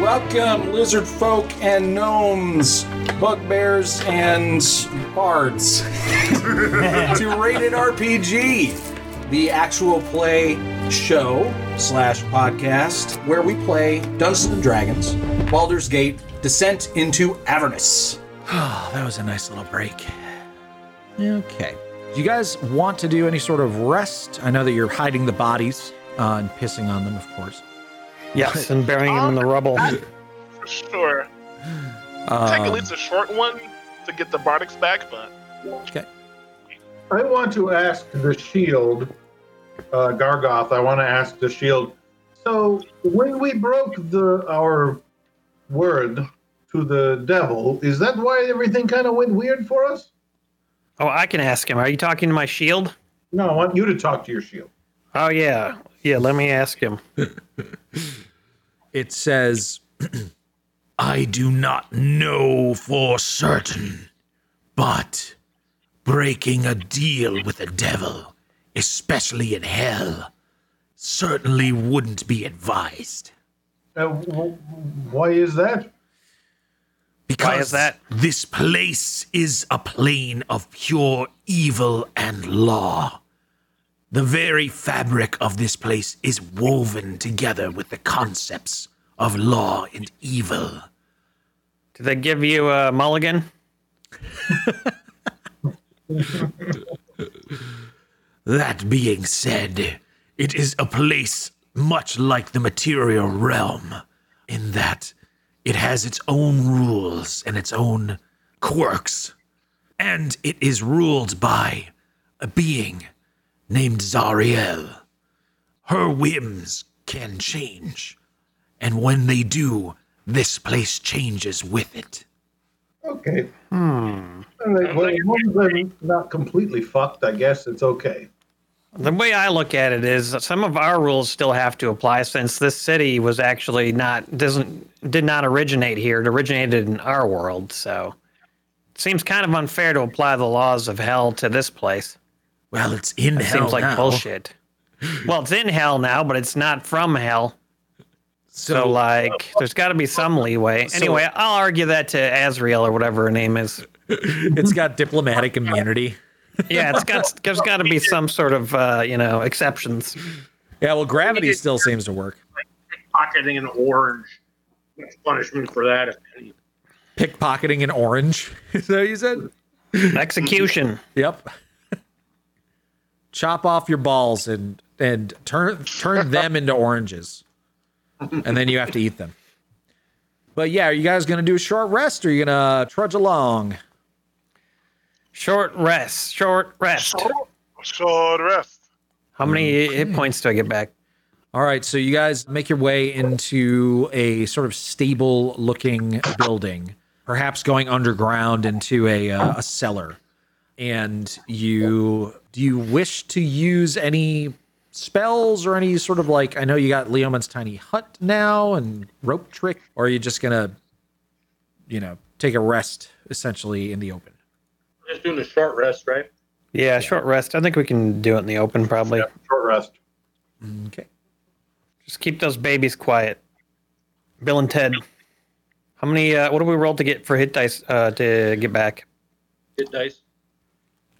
Welcome, lizard folk and gnomes, bugbears and bards, to Rated RPG, the actual play show slash podcast where we play Dungeons and Dragons, Baldur's Gate, Descent into Avernus. Oh, that was a nice little break. Okay. Do you guys want to do any sort of rest? I know that you're hiding the bodies uh, and pissing on them, of course. Yes, and burying him in the rubble. For sure. Technically, Um, it's a short one to get the Bardics back, but I want to ask the shield, uh, Gargoth. I want to ask the shield. So when we broke the our word to the devil, is that why everything kind of went weird for us? Oh, I can ask him. Are you talking to my shield? No, I want you to talk to your shield. Oh yeah, yeah. Let me ask him. it says, I do not know for certain, but breaking a deal with the devil, especially in hell, certainly wouldn't be advised. Uh, w- w- why is that? Because that? this place is a plane of pure evil and law. The very fabric of this place is woven together with the concepts of law and evil. Did they give you a mulligan? That being said, it is a place much like the material realm, in that it has its own rules and its own quirks, and it is ruled by a being named Zariel. Her whims can change, and when they do, this place changes with it. Okay. Hmm. All right. Well, as long as I'm not completely fucked, I guess it's okay. The way I look at it is that some of our rules still have to apply since this city was actually not doesn't did not originate here. It originated in our world, so it seems kind of unfair to apply the laws of hell to this place. Well, it's in hell Seems like now, bullshit. Well, it's in hell now, but it's not from hell. So, like, there's got to be some leeway. anyway, I'll argue that to Azriel or whatever her name is. it's got diplomatic immunity. Yeah, it's got there's got to be some sort of uh, you know exceptions. Yeah, well, gravity still seems to work. pocketing an orange. That's punishment for that. if any. pickpocketing an orange. Is that what you said? Execution. Yep. Chop off your balls and and turn turn them into oranges, and then you have to eat them. But yeah, are you guys gonna do a short rest, or are you gonna trudge along? Short rest. Short rest. short rest. How many hit points do I get back? All right, so you guys make your way into a sort of stable-looking building, perhaps going underground into a uh, a cellar. And you do you wish to use any spells or any sort of like I know you got Leoman's tiny hut now and rope trick, or are you just gonna, you know, take a rest essentially in the open? We're just doing a short rest, right? Yeah, short rest. I think we can do it in the open probably. Yeah, short rest. Okay. Just keep those babies quiet. Bill and Ted. How many? Uh, what do we roll to get for hit dice uh, to get back? Hit dice.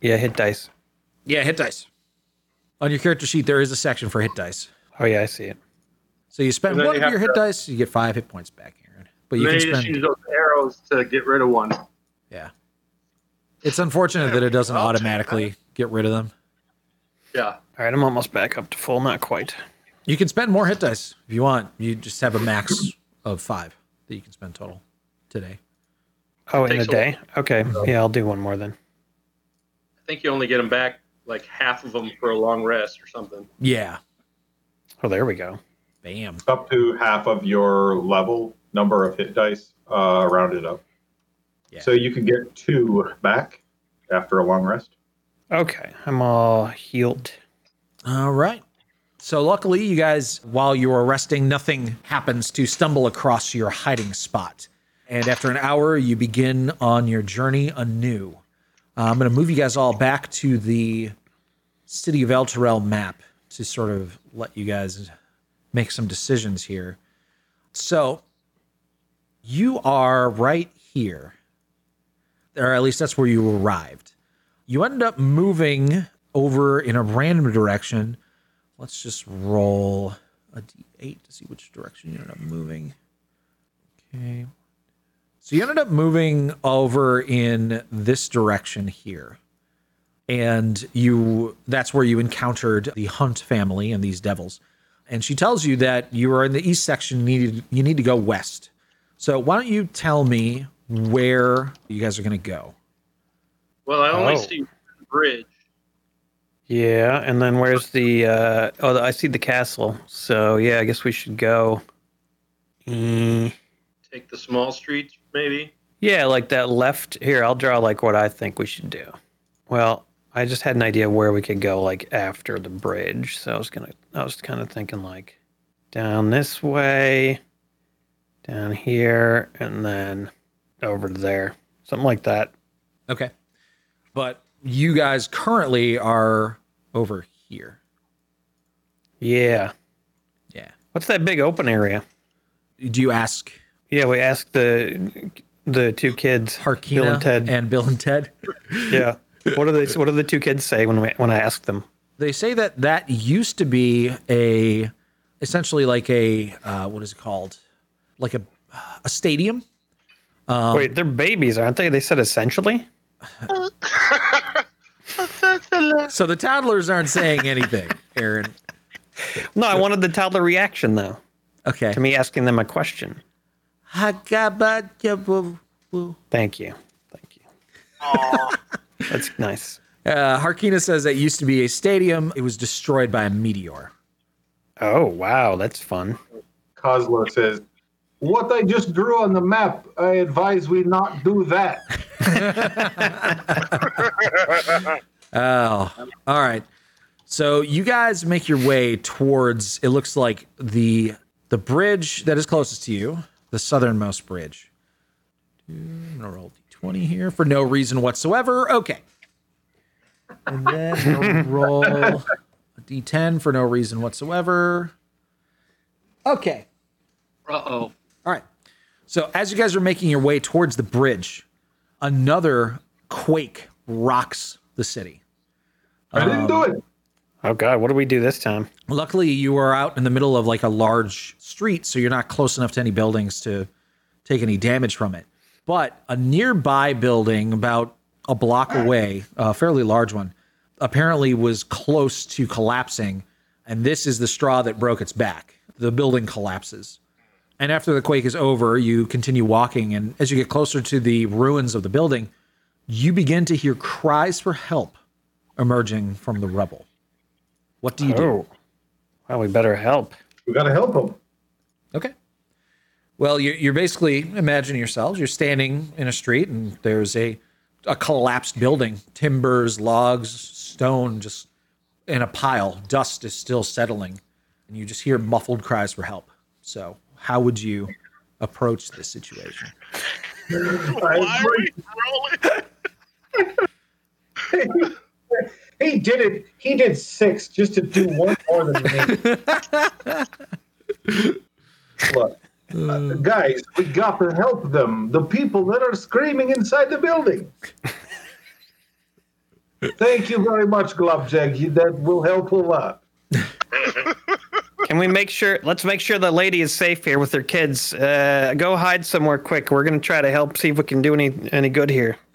Yeah, hit dice. Yeah, hit dice. On your character sheet, there is a section for hit dice. Oh yeah, I see it. So you spend And then one you of your have hit to- dice, you get five hit points back, Aaron. But you Maybe can just spend, use those arrows to get rid of one. yeah. It's unfortunate that it doesn't automatically get rid of them. Yeah. All right, I'm almost back up to full. Not quite. You can spend more hit dice if you want. You just have a max of five that you can spend total today. Oh, in a Takes a day? Okay. Yeah, I'll do one more then. I think you only get them back like half of them for a long rest or something. Yeah. Oh, there we go. Bam. Up to half of your level number of hit dice, uh, rounded up. Yeah. So you can get two back after a long rest. Okay, I'm all healed. All right. So luckily, you guys, while you are resting, nothing happens to stumble across your hiding spot. And after an hour, you begin on your journey anew. Uh, I'm going to move you guys all back to the City of El Terrell map to sort of let you guys make some decisions here. So You are right here. Or at least that's where you arrived. You end up moving over in a random direction. Let's just roll a d8 to see which direction you end up moving. Okay. So you ended up moving over in this direction here. And you that's where you encountered the Hunt family and these devils. And she tells you that you are in the east section, needed you need to go west. So why don't you tell me where you guys are gonna go? Well, I only Oh. see one bridge. Yeah, and then where's the? Uh, oh, I see the castle. So yeah, I guess we should go. Mm, Take the small streets, maybe. Yeah, like that left here. I'll draw like what I think we should do. Well, I just had an idea where we could go like after the bridge. So I was gonna. I was kind of thinking like down this way, down here, and then over to there, something like that. Okay. But you guys currently are over here. Yeah. Yeah. What's that big open area? Do you ask Yeah, we asked the the two kids. Harkina Bill and Ted. and Bill and Ted? Yeah. What do they? What do the two kids say when we, when I ask them? They say that that used to be a essentially like a uh, what is it called? Like a a stadium. Um, Wait, they're babies, aren't they? They said essentially. So the toddlers aren't saying anything, Aaron. No, I wanted the toddler reaction though Okay. to me asking them a question. Uh, Thank you, thank you. That's nice. Uh, Harkina says that used to be a stadium. It was destroyed by a meteor. Oh wow, that's fun. Coslo says, What I just drew on the map, I advise we not do that. Oh, all right. So you guys make your way towards. It looks like the the bridge that is closest to you, the southernmost bridge. I'm gonna roll d20 here for no reason whatsoever. Okay. And then we'll roll a d10 for no reason whatsoever. Okay. Uh oh. All right. So as you guys are making your way towards the bridge, another quake rocks the city. I didn't do it. Oh god, what do we do this time? Luckily, you are out in the middle of like a large street, so you're not close enough to any buildings to take any damage from it. But a nearby building, about a block away, a fairly large one, apparently was close to collapsing. And this is the straw that broke its back. The building collapses. And after the quake is over, you continue walking. And as you get closer to the ruins of the building, you begin to hear cries for help emerging from the rubble. What do you do? Oh, well, we better help. We gotta help him. Okay. Well, you're, you're basically imagine yourselves. You're standing in a street, and there's a a collapsed building, timbers, logs, stone, just in a pile. Dust is still settling, and you just hear muffled cries for help. So, how would you approach this situation? Why are we rolling? He did it. He did six just to do one more than me. Look, uh, guys, we got to help them. The people that are screaming inside the building. Thank you very much, Globjack. You- That will help a lot. Can we make sure? Let's make sure the lady is safe here with her kids. Uh, go hide somewhere quick. We're gonna try to help. See if we can do any any good here.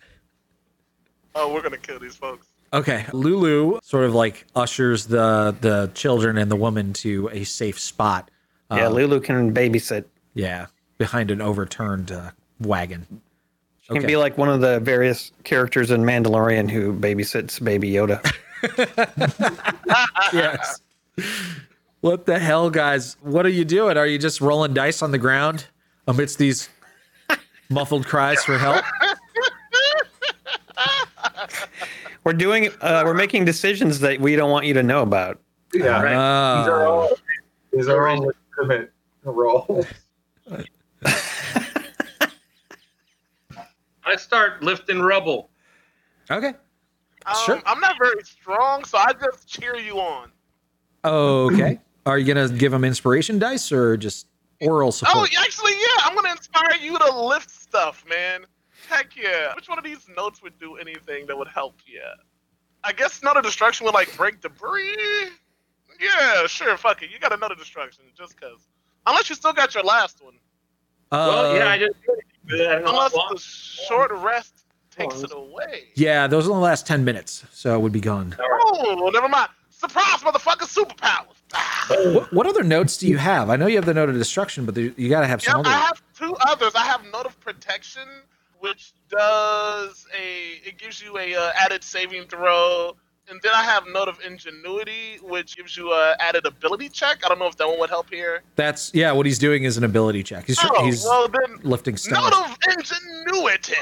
Oh, we're gonna kill these folks. Okay, Lulu sort of like ushers the the children and the woman to a safe spot. Yeah, Uh-huh. Lulu can babysit. Yeah, behind an overturned uh, wagon. She can Okay. be like one of the various characters in Mandalorian who babysits Baby Yoda. yes. What the hell, guys? What are you doing? Are you just rolling dice on the ground amidst these muffled cries for help? we're doing. Uh, we're making decisions that we don't want you to know about. Yeah, these are Oh, all these are all legitimate roles. I start lifting rubble. okay. Um, Sure. I'm not very strong, so I just cheer you on. Okay. Are you gonna give them inspiration dice or just oral Oh, support? Oh, actually, yeah, I'm gonna inspire require you to lift stuff, man. Heck yeah. Which one of these notes would do anything that would help you? I guess none of destruction would like break debris. Yeah, sure, fuck it. You got another destruction just cause. Unless you still got your last one. well, yeah, Uh, I just. I don't know. Unless Well, the short rest takes Oh, it away. yeah, those are the last 10 minutes, so it would be gone. Oh, well, never mind. Surprise, motherfucker! Superpowers. Ah. What, what other notes do you have? I know you have the note of destruction, but there, you got to have Yep, some I other. have two others. I have Note of Protection, which does a it gives you a uh, added saving throw, and then I have Note of Ingenuity, which gives you a added ability check. I don't know if that one would help here. That's yeah. What he's doing is an ability check. He's Oh, he's well then, lifting stones. Note of Ingenuity.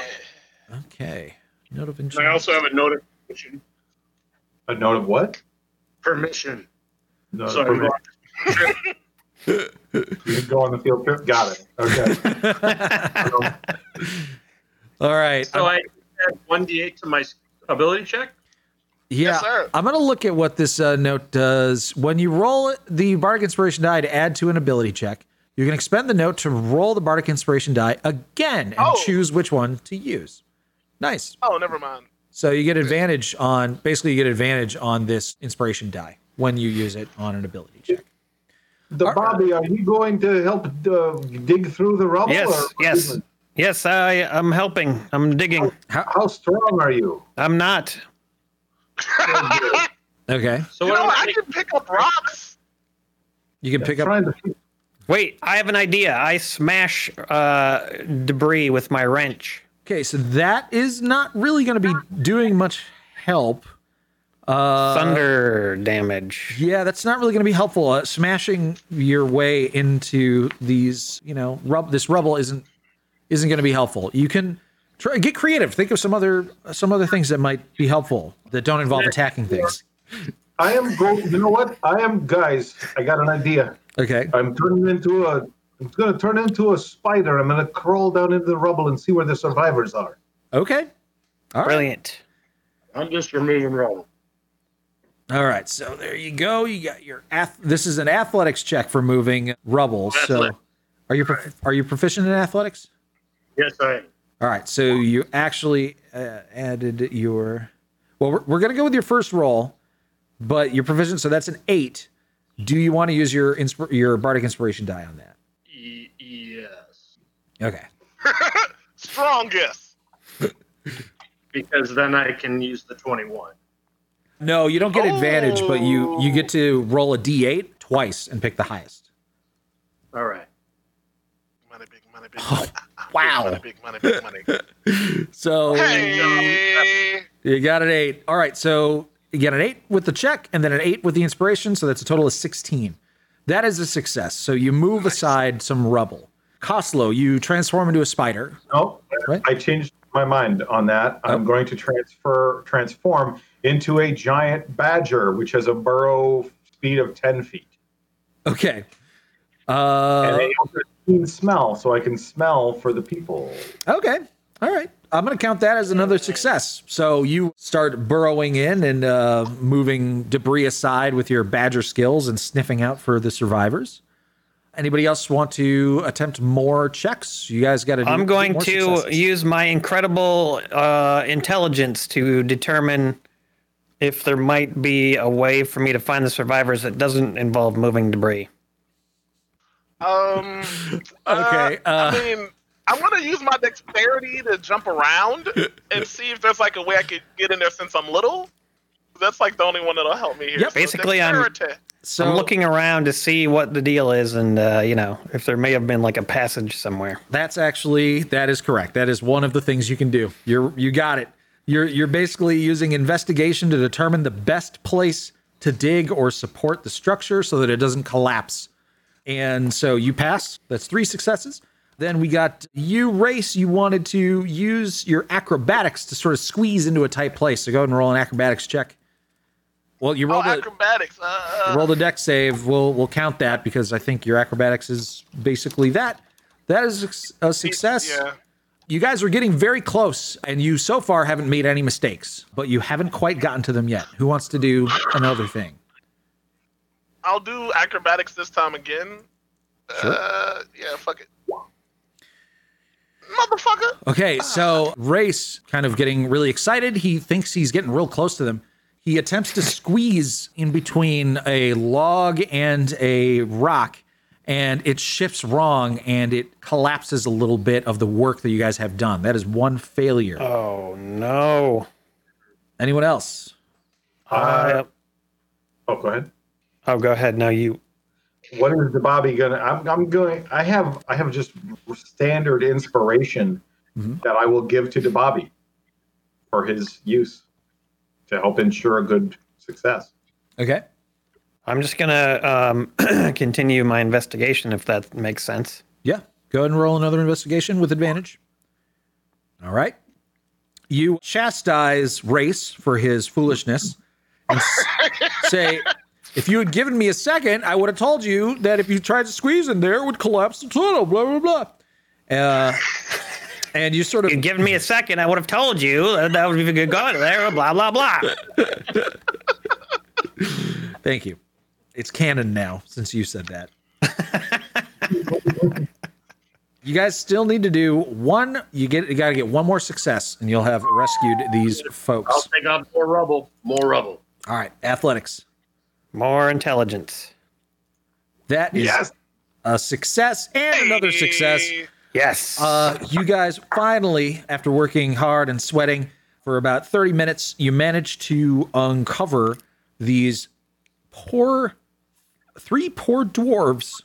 Okay. Note of I insurance. also have a note of permission. A note of what? Permission. No, Sorry, permission. Mark. You go on the field trip. Got it. Okay. All right. So I add 1d8 to my ability check. yeah. Yes, sir. I'm gonna look at what this uh, note does. When you roll the bardic inspiration die to add to an ability check, you can expend the note to roll the bardic inspiration die again and Oh. choose which one to use. Nice. Oh, never mind. So you get advantage on basically you get advantage on this inspiration die when you use it on an ability check. The Bobby, are you going to help uh, dig through the rubble? Yes, or- yes, yes. I I'm helping. I'm digging. How strong are you? I'm not. Okay. So You what know, am I I can pick up rocks. You can pick up Trying to see Wait, I have an idea. I smash uh, debris with my wrench. Okay, so that is not really going to be doing much help. Uh, Thunder damage. Yeah, that's not really going to be helpful. Uh, smashing your way into these, you know, rub this rubble isn't isn't going to be helpful. You can try get creative. Think of some other some other things that might be helpful that don't involve attacking things. I am going. You know what? I am, guys. I got an idea. Okay. I'm turning into a. I'm going to turn into a spider. I'm going to crawl down into the rubble and see where the survivors are. Okay. All right. Brilliant. I'm just removing rubble. All right. So there you go. You got your ath- this is an athletics check for moving rubble. So Athletic. are you prof- are you proficient in athletics? Yes, I am. All right, so you actually uh, added your. Well, we're, we're going to go with your first roll, but your proficient, so that's an eight. Do you want to use your insp- your bardic inspiration die on that? E, Y- yes. Okay. Strongest. Because then I can use the 21. No, you don't get advantage, but you you get to Oh. roll a d8 twice and pick the highest. All right. Money, big money, big money. Wow. Money, big money, big money. So Hey. you got an eight. All right, so you get an eight with the check, and then an eight with the inspiration, so that's a total of sixteen. That is a success. So you move aside some rubble. Coslow, you transform into a spider. No, What? Oh. I changed my mind on that. I'm going to transfer transform into a giant badger, which has a burrow speed of ten feet Okay. Uh, and a keen smell, so I can smell for the people. okay. All right. I'm going to count that as another success. So you start burrowing in and uh, moving debris aside with your badger skills and sniffing out for the survivors. Anybody else want to attempt more checks? You guys got to. I'm going to use my incredible uh, intelligence to determine if there might be a way for me to find the survivors that doesn't involve moving debris. Um. Okay, uh, I mean, I'm gonna use my dexterity to jump around and see if there's like a way I could get in there since I'm little. That's like the only one that'll help me here. Yep. Basically, I'm- dexterity. So I'm looking around to see what the deal is, and uh, you know if there may have been like a passage somewhere. That's actually that is correct. That is one of the things you can do. You're you got it. You're you're basically using investigation to determine the best place to dig or support the structure so that it doesn't collapse. And so you pass. That's three successes. Then we got you race. You wanted to use your acrobatics to sort of squeeze into a tight place. So go ahead and roll an acrobatics check. Well, you Oh, rolled a acrobatics. Uh, roll the deck save. We'll we'll count that because I think your acrobatics is basically that. That is a success. yeah. You guys are getting very close, and you so far haven't made any mistakes, but you haven't quite gotten to them yet. Who wants to do another thing? I'll do acrobatics this time again. Uh, yeah, fuck it. motherfucker. Okay, so Race, kind of getting really excited, he thinks he's getting real close to them. He attempts to squeeze in between a log and a rock, and it shifts wrong and it collapses a little bit of the work that you guys have done. That is one failure. Oh no. Anyone else? Uh, Yep. oh, go ahead. oh, go ahead. No, you. What is the Bobby gonna? I'm, I'm going. I have. I have just standard inspiration Mhm. that I will give to the Bobby for his use to help ensure a good success. Okay. I'm just gonna um, continue my investigation if that makes sense. Yeah. Go ahead and roll another investigation with advantage. All right. You chastise Race for his foolishness and s- say, if you had given me a second, I would have told you that if you tried to squeeze in there, it would collapse the tunnel, blah, blah, blah. Uh, and you sort of, You'd given me a second, I would have told you that that would be a good going there. Blah blah blah. thank you. It's canon now since you said that. you guys still need to do one. You get you got to get one more success, and you'll have rescued these folks. I'll take on more rubble. More rubble. All right, athletics. More intelligence. That is Yes. a success and another success. Hey, Yes. Uh, you guys finally, after working hard and sweating for about 30 minutes, you managed to uncover these poor, three poor dwarves.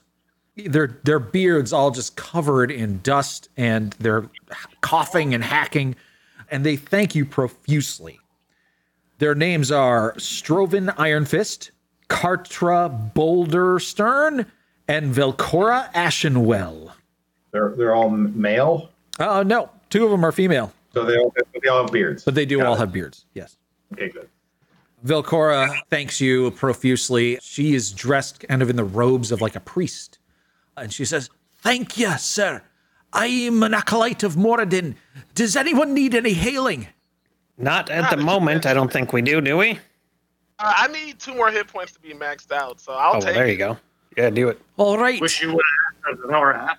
Their their beards all just covered in dust, and they're coughing and hacking, and they thank you profusely. Their names are Stroven Ironfist, Kartra Boulder Stern, and Velcora Ashenwell. They're they're all male, Uh, no, two of them are female, so they all they all have beards. but they do all have beards. Yes. okay, good. Velcora thanks you profusely. She is dressed kind of in the robes of like a priest. And she says, Thank you, sir. I am an acolyte of Moradin. Does anyone need any hailing? Not at the moment. I don't think we do. Do we? Uh, I need two more hit points to be maxed out, so Oh, I'll well, take. there it. you go. Yeah, do it. All right. Wish you would have asked us an hour and a half.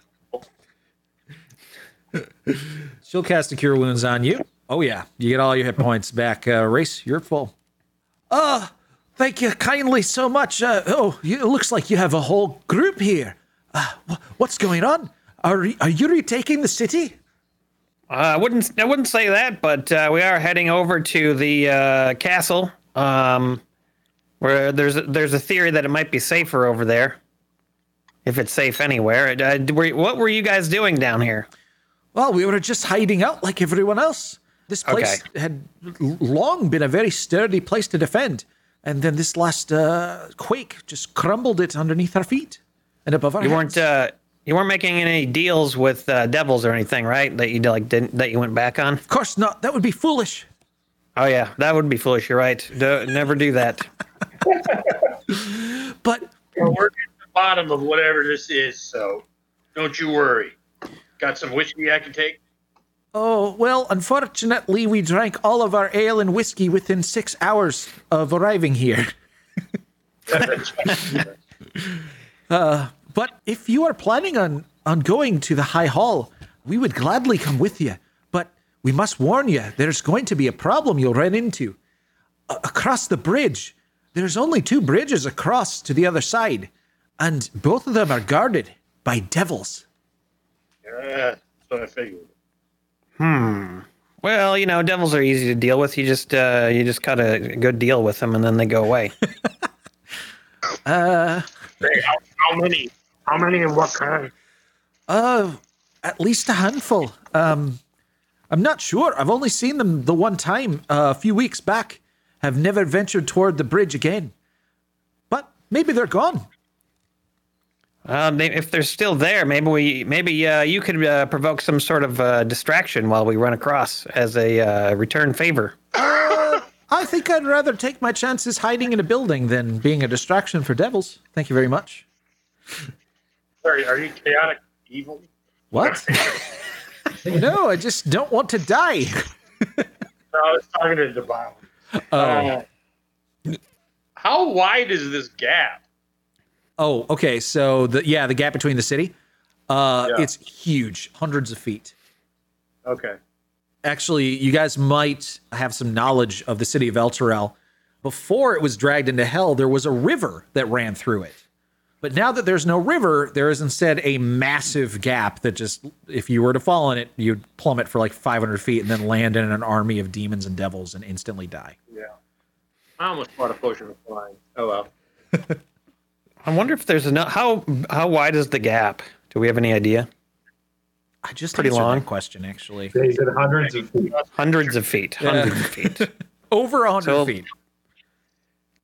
She'll cast a cure wounds on you. Oh yeah, you get all your hit points back. Uh, Race, you're full. Uh, thank you kindly so much. Uh, oh, you, it looks like you have a whole group here. Uh, wh- what's going on? Are re- are you retaking the city? Uh, I wouldn't. I wouldn't say that, but uh, we are heading over to the uh, castle. Um, where there's there's a theory that it might be safer over there, if it's safe anywhere. Uh, d- were- what were you guys doing down here? Well, we were just hiding out like everyone else. This place had l- long been a very sturdy place to defend, and then this last uh, quake just crumbled it underneath our feet and above our You heads. weren't uh, you weren't making any deals with uh, devils or anything, right? That you like didn't that you went back on? of course not. That would be foolish. Oh yeah, that would be foolish. You're right. Do, never do that. But Well, we're at the bottom of whatever this is, so don't you worry. Got some whiskey I can take? Oh, well, unfortunately, we drank all of our ale and whiskey within six hours of arriving here. uh, but if you are planning on, on going to the High Hall, we would gladly come with you. But we must warn you, there's going to be a problem you'll run into. A- across the bridge, there's only two bridges across to the other side, and both of them are guarded by devils. Yeah, that's what I figured. Well, you know, devils are easy to deal with. You just uh, you just cut a good deal with them, and then they go away. Hey, how, how many? How many and what kind? Uh, at least a handful. Um, I'm not sure. I've only seen them the one time uh, a few weeks back. Have never ventured toward the bridge again. But maybe they're gone. Uh, they, if they're still there, maybe we maybe uh, you could uh, provoke some sort of uh, distraction while we run across as a uh, return favor. I think I'd rather take my chances hiding in a building than being a distraction for devils. Thank you very much. Sorry, are you chaotic evil? What? no, I just don't want to die. No, I was talking to the Uh, Bible. Oh, How wide is this gap? oh, okay. So the yeah, the gap between the city, uh, Yeah. it's huge, hundreds of feet. Okay. actually you guys might have some knowledge of the city of Elturel. Before it was dragged into hell, there was a river that ran through it. But now that there's no river, there is instead a massive gap that just, if you were to fall in it, you'd plummet for like 500 feet and then land in an army of demons and devils and instantly die. I almost bought a potion of flying. Oh well. I wonder if there's enough. How how wide is the gap? Do we have any idea? I just Pretty answered that long. question actually. Uh, They did hundreds of feet. Hundreds of feet. Hundreds of feet. Over 100 So- feet.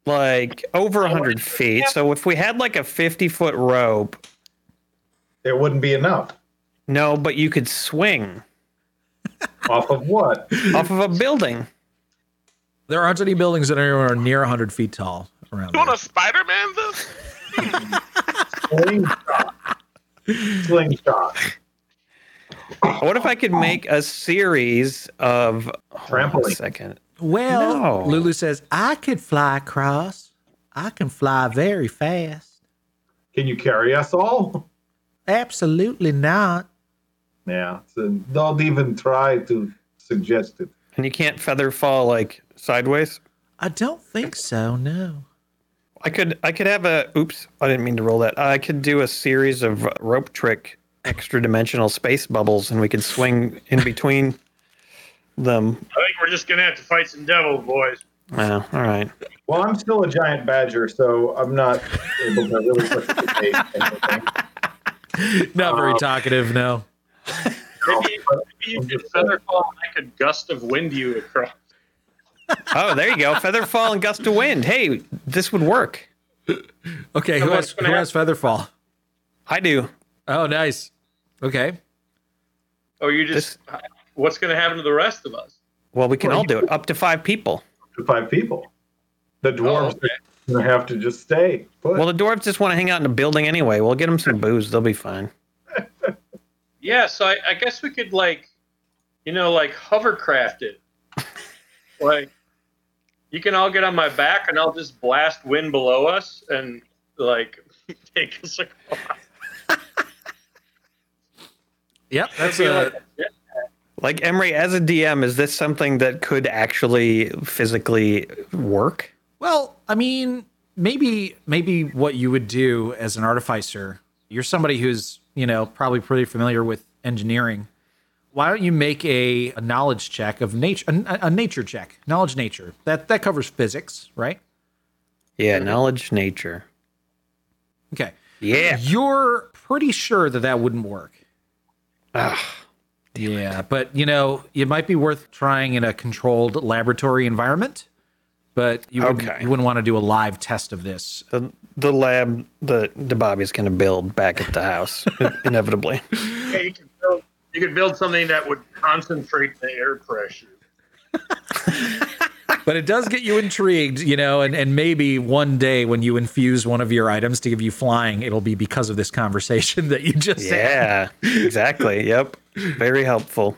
Like over hundred feet. So if we had like a fifty foot rope, It wouldn't be enough. no, but you could swing Off of what? off of a building. There aren't any buildings that are near 100 feet tall around. You want There. a Spider-Man this? Slingshot. Slingshot. What if I could make a series of Hold on a Trampoline. second. Well, No. Lulu says, I could fly across. I can fly very fast. Can you carry us all? Absolutely not. Yeah. So don't even try to suggest it. And you can't feather fall like sideways. I don't think so, no. I could I could have a oops, I didn't mean to roll that. I could do a series of rope trick extra dimensional space bubbles and we could swing in between them. I think we're just gonna have to fight some devil boys. Wow, all right. Well, I'm still a giant badger, so I'm not able to really participate. in anything. Not very talkative, no. Maybe, maybe you could feather fall and I could gust of wind you across. Oh, there you go. Feather fall and gust of wind. Hey, this would work. Okay, who has, who gonna has Featherfall? I do. Oh, nice. Okay. Or Oh, you just what's gonna happen to the rest of us? Well, we can all do it. Up to five people. To five people. The dwarves Oh, are gonna have to just stay. put. Oh, Well, the dwarves just want to hang out in a building anyway. We'll get them some booze. They'll be fine. Yeah, so I, I guess we could like you know, like hovercraft it. like you can all get on my back and I'll just blast wind below us and like take us across. Yep, that's Be a, like, Like Emery, as a DM, is this something that could actually physically work? Well, I mean, maybe maybe what you would do as an artificer, you're somebody who's, you know, probably pretty familiar with engineering. Why don't you make a, a knowledge check of nature a, a nature check. Knowledge nature. That that covers physics, right? Yeah, knowledge, nature. Okay. Yeah. You're pretty sure that that wouldn't work. yeah, but you know, it might be worth trying in a controlled laboratory environment. But you wouldn't, Okay. you wouldn't want to do a live test of this. The, the lab that the Bobby's going to build back at the house, inevitably. Yeah, you could build you could build something that would concentrate the air pressure. But it does get you intrigued, you know, and, and maybe one day when you infuse one of your items to give you flying, it'll be because of this conversation that you just had. Yeah, exactly. Yep. Very helpful.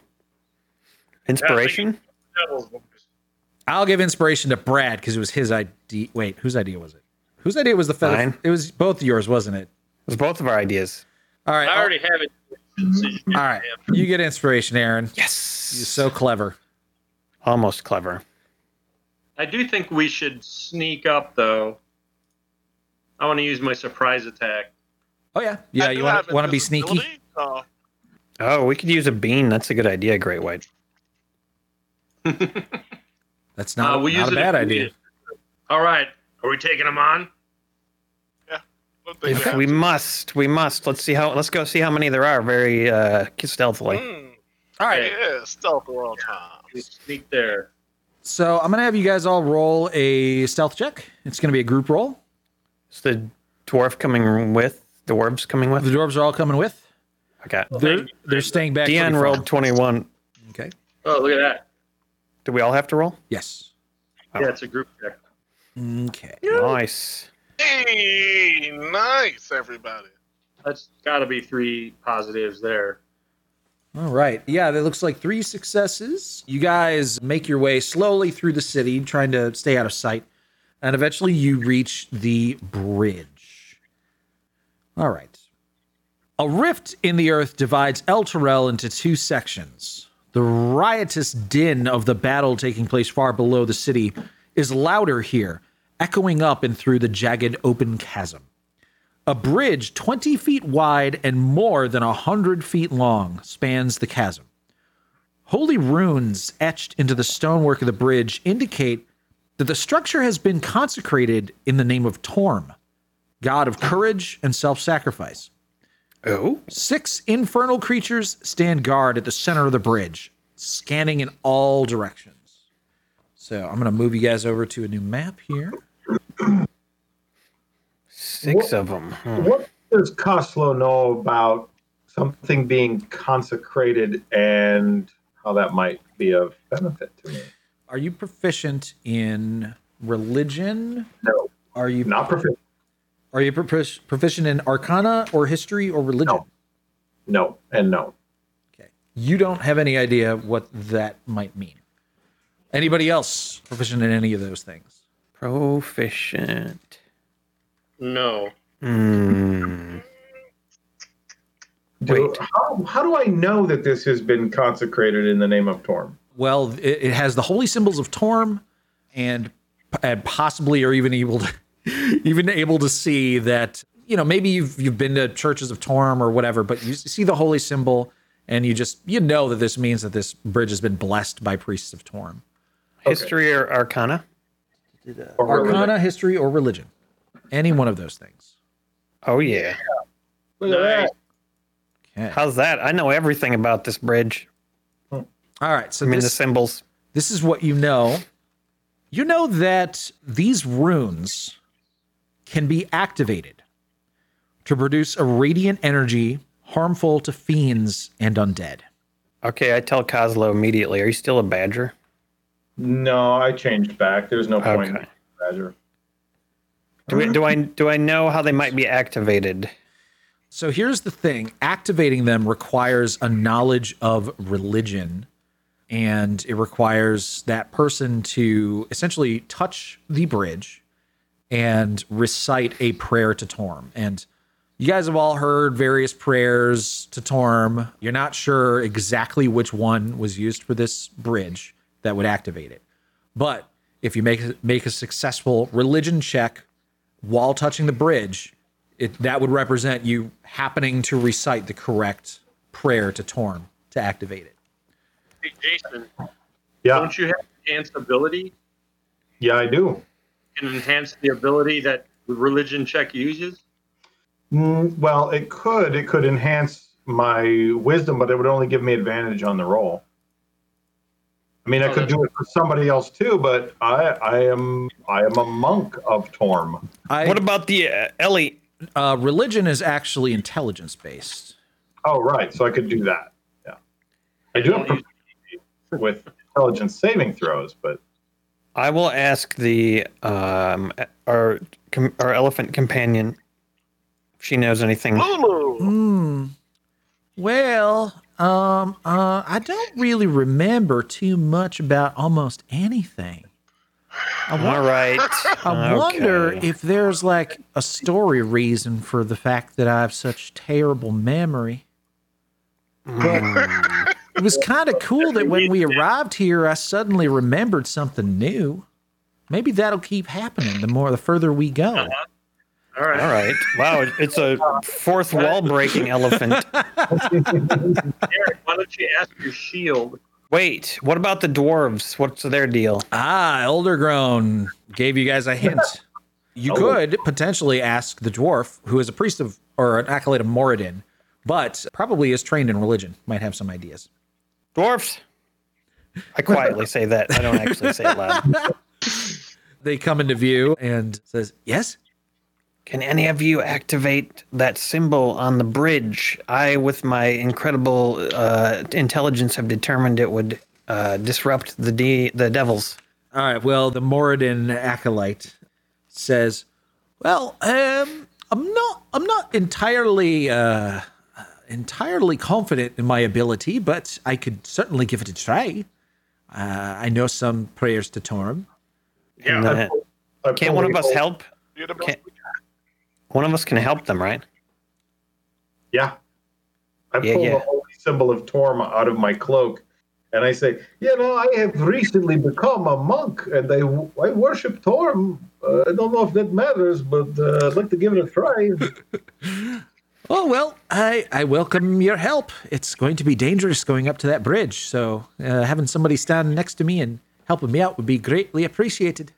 Inspiration? Devil boys. I'll give inspiration to Brad because it was his idea. Wait, whose idea was it? Whose idea was the feather? Mine. It was both yours, wasn't it? It's both of our ideas. All right. I already have it. So you can all right. You get inspiration, Aaron. Yes. You're so clever. Almost clever. I do think we should sneak up, though. I want to use my surprise attack. Oh yeah. I Yeah, do you want have to be sneaky? invisibility. Oh, Oh, we could use a bean. That's a good idea, Great White. That's not, Uh, we'll not use a it bad if we idea. need All right. Are we taking them on? don't think If that- we must, we must. Let's see how. Let's go see how many there are. Very uh, stealthily. Mm, All right. yeah, stealth at all times. Sneak there. So I'm gonna have you guys all roll a stealth check. It's gonna be a group roll. Is the dwarf coming with? The dwarves coming The with? dwarves are all coming with. Okay. They're they're staying back. pretty Deanne far. rolled twenty-one. Okay. Oh, look at that. Do we all have to roll? Yes. Yeah, it's a group check. Okay. Nice. Hey, nice, everybody. That's got to be three positives there. All right. Yeah, that looks like three successes. You guys make your way slowly through the city, trying to stay out of sight, and eventually you reach the bridge. All right. A rift in the earth divides El Terrell into two sections. The riotous din of the battle taking place far below the city is louder here, echoing up and through the jagged open chasm. A bridge 20 feet wide and more than 100 feet long spans the chasm. Holy runes etched into the stonework of the bridge indicate that the structure has been consecrated in the name of Torm, god of courage and self sacrifice. Oh? Six infernal creatures stand guard at the center of the bridge, scanning in all directions. So I'm going to move you guys over to a new map here. Six of 'em. Hmm. of them. What does Coslow know about something being consecrated and how that might be of benefit to me? Are you proficient in religion? No, Are you not proficient. are you profi- proficient in arcana or history or religion? No. No, and no. Okay. You don't have any idea what that might mean. Anybody else proficient in any of those things? Proficient. No. Do, Wait. How, how do I know that this has been consecrated in the name of Torm? Well, it, it has the holy symbols of Torm, and and possibly are even able to even able to see that you know maybe you've you've been to churches of Torm or whatever, but you see the holy symbol and you just you know that this means that this bridge has been blessed by priests of Torm. History or Arcana? Or Arcana, religion? history, or religion, any one of those things. Oh yeah. Look at that. Okay. How's that? I know everything about this bridge. All right. So I mean this, the symbols. this is what you know. You know that these runes can be activated to produce a radiant energy harmful to fiends and undead. Okay, I tell Coslow immediately. Are you still a badger? No, I changed back. There's no point. Okay. Badger. Do, we, do I do I know how they might be activated? So here's the thing activating them requires a knowledge of religion, and it requires that person to essentially touch the bridge and recite a prayer to Torm. And you guys have all heard various prayers to Torm. You're not sure exactly which one was used for this bridge that would activate it. But if you make make a successful religion check while touching the bridge, it, that would represent you happening to recite the correct prayer to Torm to activate it. Hey, Jason, Yeah, don't you have enhanced ability? yeah, I do. You Can enhance the ability that the religion check uses? Mm, well, it could. It could enhance my wisdom, but it would only give me advantage on the roll. I mean, I could do it for somebody else too, but I, I am, I am a monk of Torm. I, What about the uh, Ellie? uh, religion is actually intelligence based. Oh, right. So I could do that. Yeah, I do have with intelligence saving throws, but I will ask the um our com- our elephant companion if she knows anything. Lulu. Oh. Hmm. Well, um, uh, I don't really remember too much about almost anything. I, All right. I wonder Okay. if there's like a story reason for the fact that I have such terrible memory. But it was kind of cool that when we arrived here, I suddenly remembered something new. Maybe that'll keep happening the more the further we go. All right. All right. Wow, it- it's a fourth wall breaking elephant. Eric, why don't you ask your shield? Wait, what about the dwarves? What's their deal? Ah, Eldergrown gave you guys a hint. You Oh. could potentially ask the dwarf, who is a priest of or an acolyte of Moradin, but probably is trained in religion, might have some ideas. Dwarfs. I quietly say that. I don't actually say it loud. They come into view and says, "Yes, Can any of you activate that symbol on the bridge? I, with my incredible uh, intelligence, have determined it would uh, disrupt the de- the devils. All right. Well, the Moradin acolyte says, "Well, um, I'm not. I'm not entirely, uh, entirely confident in my ability, but I could certainly give it a try. Uh, I know some prayers to Torm. Uh, Yeah. I can't Uh, one of us probably- help? You're the Can't, one of us can help them, right? Yeah. I Yeah, pulled yeah. the holy symbol of Torm out of my cloak And I say, you know, I have recently become a monk, and I, I worship Torm. Uh, I don't know if that matters, but uh, I'd like to give it a try. Oh well, I I welcome your help. It's going to be dangerous going up to that bridge, so uh, having somebody stand next to me and helping me out would be greatly appreciated.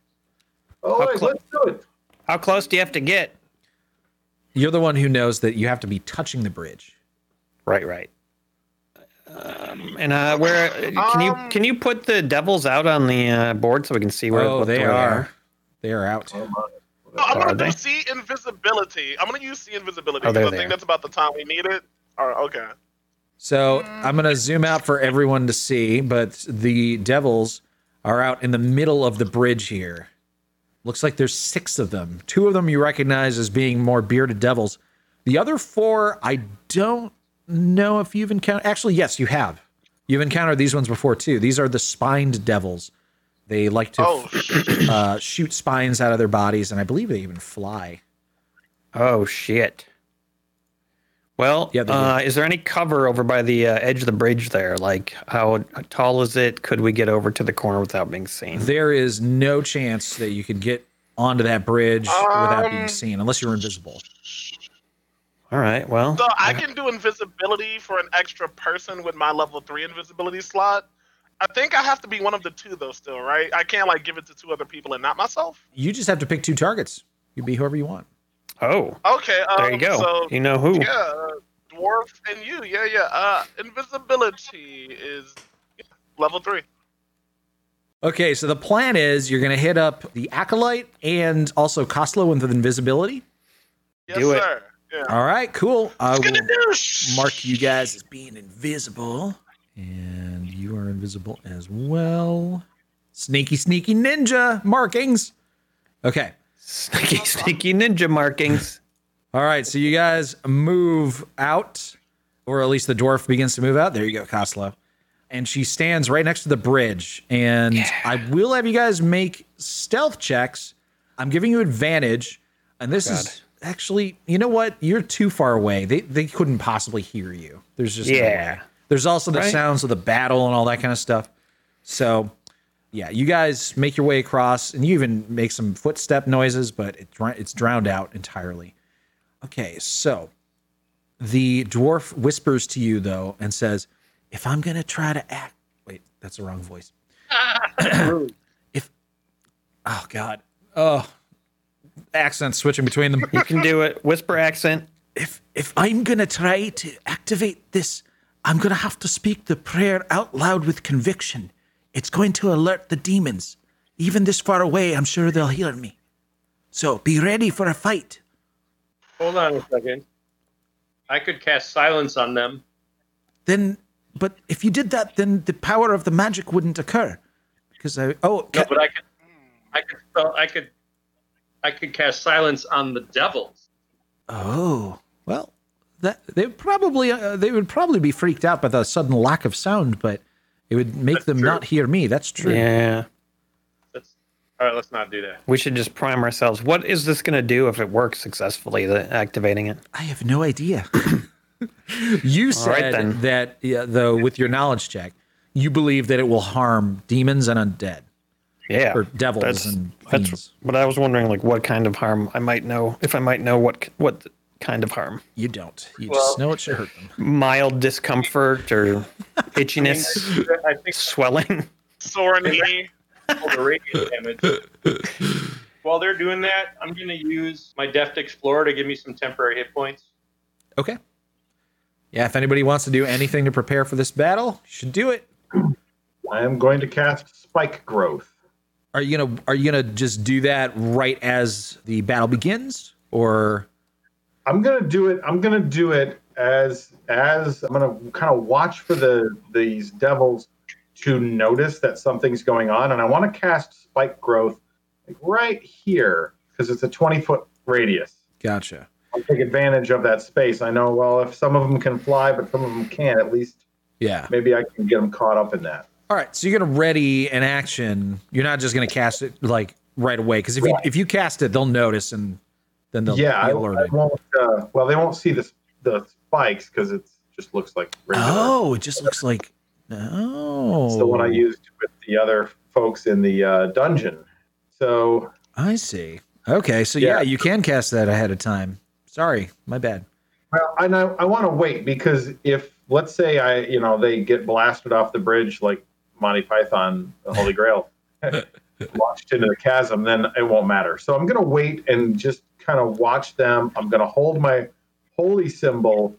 All right, clo- let's do it. How close do you have to get? You're the one who knows that you have to be touching the bridge. Right, right. Um, and uh, where can Um. you can you put the devils out on the uh, board so we can see where oh, what they where are. They are out. No, I'm Are gonna they? do see invisibility. I'm gonna use see invisibility Oh, they're because I there. think that's about the time we need it. All right, okay. So I'm gonna zoom out for everyone to see, but the devils are out in the middle of the bridge here. Looks like there's six of them. Two of them you recognize as being more bearded devils. The other four, I don't know if you've encountered. Actually, yes, you have. You've encountered these ones before too. These are the spined devils. They like to Oh, shit. uh, shoot spines out of their bodies, and I believe they even fly. Oh shit. Well, Yeah, they do. uh, is there any cover over by the uh, edge of the bridge there? Like, how tall is it? Could we get over to the corner without being seen? There is no chance that you could get onto that bridge without being seen, unless you're invisible. All right. Well, so I can do invisibility for an extra person with my level three invisibility slot. I think I have to be one of the two though. Still, right? I can't like give it to two other people and not myself. You just have to pick two targets. You be whoever you want. oh, Okay. Um, there you go. So you know who? yeah, uh, dwarf and you. Yeah, yeah. Uh, invisibility is yeah, level three. Okay, so the plan is you're going to hit up the acolyte and also Koslo with invisibility. Yes, Do it. sir. Yeah. All right, cool. I Gonna will do. mark you guys as being invisible, and you are invisible as well. Sneaky, sneaky ninja markings. Okay. Sneaky, sneaky ninja markings. All right, so you guys move out, or at least the dwarf begins to move out. There you go, Koslo. And she stands right next to the bridge. And I will have you guys make stealth checks. I'm giving you advantage. And this is actually, you know what? You're too far away. They they couldn't possibly hear you. There's just no Yeah. way. There's also the Right. sounds of the battle and all that kind of stuff. So yeah, you guys make your way across, and you even make some footstep noises, but it, dr- it's drowned out entirely. Okay, so the dwarf whispers to you though and says, "If I'm gonna try to act, wait, that's the wrong voice. if, oh god, oh, accents switching between them. You can do it. Whisper accent. if if I'm gonna try to activate this, I'm gonna have to speak the prayer out loud with conviction. It's going to alert the demons. Even this far away, I'm sure they'll hear me. So be ready for a fight. Hold on a second. I could cast silence on them. Then, but if you did that, then the power of the magic wouldn't occur. Because I oh No, ca- but I could, I could, spell- I could, I could cast silence on the devils. oh well, that they probably uh, they would probably be freaked out by the sudden lack of sound, but it would make them not hear me. That's true. Yeah. That's all right. Let's not do that. We should just prime ourselves. What is this going to do if it works successfully, the, activating it? I have no idea. you All right, said then. that, yeah, though, with your knowledge check, you believe that it will harm demons and undead Yeah. or devils and that's- fiends. But I was wondering, like, what kind of harm I might know, if I might know what c- what kind of harm. You don't. You just know it should hurt them. Mild discomfort or itchiness, I think swelling. Sore knee. all the radiant damage. While they're doing that, I'm going to use my deft explorer to give me some temporary hit points. Okay. Yeah, if anybody wants to do anything to prepare for this battle, you should do it. I am going to cast Spike Growth. Are you gonna Are you gonna just do that right as the battle begins, or I'm gonna do it. I'm gonna do it as as I'm gonna kind of watch for the these devils to notice that something's going on, and I want to cast spike growth like right here because it's a 20 foot radius. gotcha? I'll take advantage of that space. I know well if some of them can fly, but some of them can't. At least Yeah. maybe I can get them caught up in that. All right, so you're gonna ready an action. You're not just gonna cast it like right away because if you if you cast it, they'll notice and then they'll yeah, I, be I alerted. won't. Uh, well, they won't see the the spikes because it just looks like. regular. oh, it Oh, just looks like Oh. It's the one I used with the other folks in the uh, dungeon. So I see. Okay, so yeah. Yeah. you can cast that ahead of time. Sorry, my bad. Well, and I, I want to wait because if let's say I, you know, they get blasted off the bridge like Monty Python, the Holy Grail, launched into the chasm, then it won't matter. So I'm gonna wait and just kind of watch them. I'm gonna hold my holy symbol,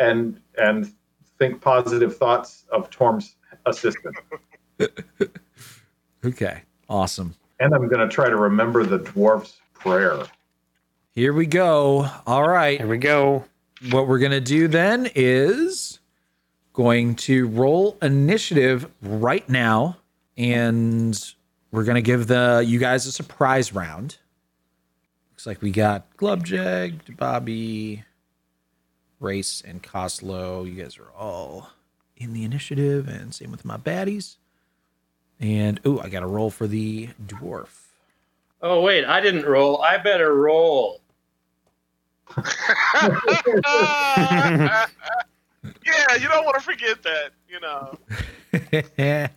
and and think positive thoughts of Torm's assistant, Okay, awesome. and I'm gonna try to remember the dwarf's prayer. Here we go. All right. Here we go. What we're going to do then is going to roll initiative right now and we're going to give the you guys a surprise round. Looks like we got Glubjag, Bobby, Race and Coslow. You guys are all in the initiative and same with my baddies. And ooh, I got a roll for the dwarf. Oh wait, I didn't roll. I better roll. yeah, you don't want to forget that. You know,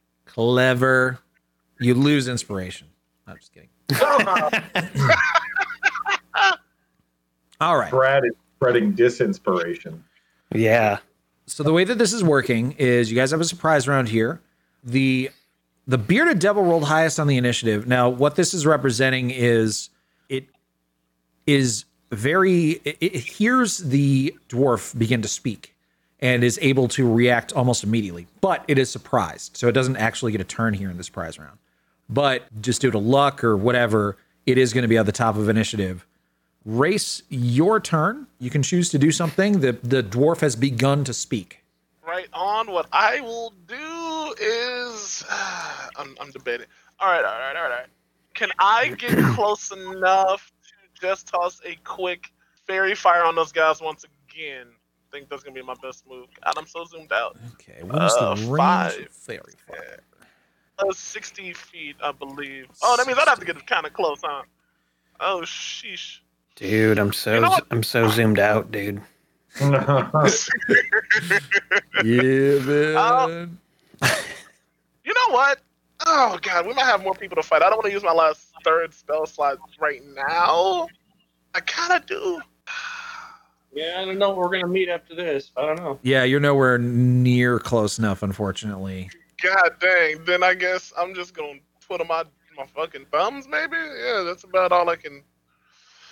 Clever. You lose inspiration. I'm just kidding. All right. Brad is spreading disinspiration. Yeah. So the way that this is working is you guys have a surprise round here. The the bearded devil rolled highest on the initiative. Now, what this is representing is it is very it, it hears the dwarf begin to speak and is able to react almost immediately, but it is surprised. So it doesn't actually get a turn here in this prize round. But just due to luck or whatever, it is going to be at the top of initiative. Race your turn. You can choose to do something. The the dwarf has begun to speak. right on. What I will do is, I'm, I'm debating. All right, all right, all right. Can I get close enough to just toss a quick fairy fire on those guys once again? I think that's gonna be my best move. God, I'm so zoomed out. Okay, what is Uh, the range? five. of Fairy fire. Uh, 60 feet, I believe. Oh, that means I'd have to get kind of close, huh? Oh, sheesh. Dude, I'm so You know what? I'm so zoomed out, dude. yeah, man. Oh. Uh, You know what? Oh god, we might have more people to fight. I don't want to use my last third spell slot right now. I kind of do. Yeah, I don't know. We're gonna meet after this. I don't know. Yeah, you're nowhere near close enough, unfortunately. God dang. Then I guess I'm just gonna twiddle my my fucking thumbs, maybe. Yeah, that's about all I can.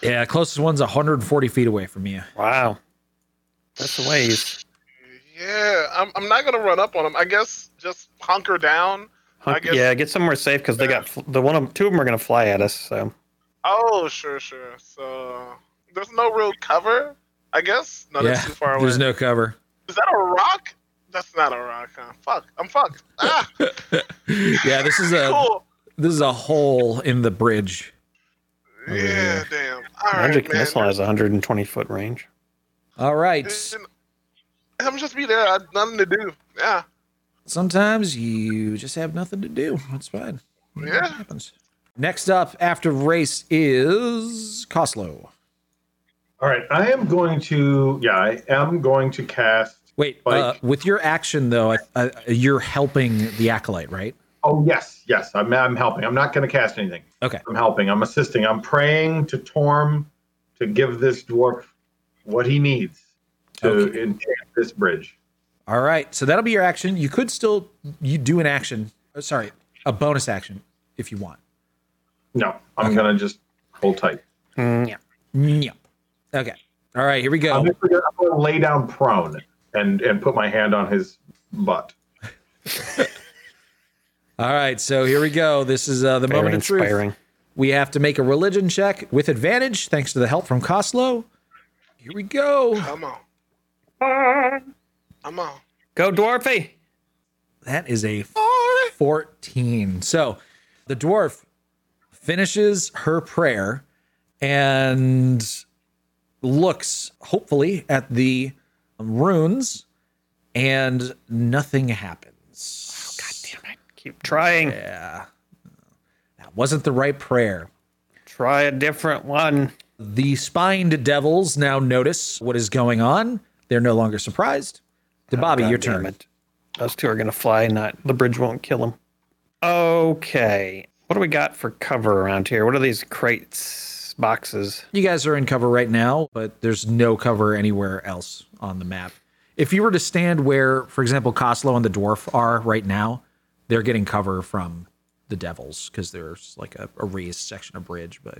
Yeah, closest one's 140 feet away from you. Wow. That's a ways. Yeah, I'm I'm not gonna run up on them. I guess just hunker down. I guess- yeah, get somewhere safe because they got fl- the one of two of them are gonna fly at us. So Oh, sure, sure. So there's no real cover. I guess. No, yeah, that's too far away. there's no cover. Is that a rock? That's not a rock, huh? Fuck. I'm fucked. Ah, yeah, this is a Oh, cool. this is a hole in the bridge. Yeah, Yeah. damn. All right, magic man. missile has 120 foot range. All right. And I'm just be there. I had nothing to do. Yeah. Sometimes you just have nothing to do. That's fine. Yeah. happens. Next up after race is Coslow. All right, I am going to. Yeah, I am going to cast. Wait, uh, Like- with your action though, I, I, you're helping the acolyte, right? Oh yes, yes. I'm I'm helping. I'm not going to cast anything. Okay. I'm helping. I'm assisting. I'm praying to Torm to give this dwarf what he needs to Okay. enchant this bridge. All right, so that'll be your action. You could still you do an action. uh, Sorry, a bonus action if you want. No, I'm going to just hold tight. Mm, Yep. Okay. All right, here we I'm go. just gonna, I'm going to lay down prone and and put my hand on his butt. All right, so here we go. This is uh, the Very moment of truth. inspiring. We have to make a religion check with advantage, thanks to the help from Coslow. Here we go. Come on. Come on. Go dwarfy. That is a 14. So the dwarf finishes her prayer and looks hopefully at the runes and nothing happens. Damn it. Keep trying. Yeah. That wasn't the right prayer. Try a different one. The spined devils now notice what is going on. They're no longer surprised. To Bobby, God your damn turn. it. Those two are going to fly, not the bridge won't kill them. Okay. What do we got for cover around here? What are these crates, boxes? You guys are in cover right now, but there's no cover anywhere else on the map. If you were to stand where, for example, Coslow and the dwarf are right now, they're getting cover from the devils because there's like a, a raised section of bridge. But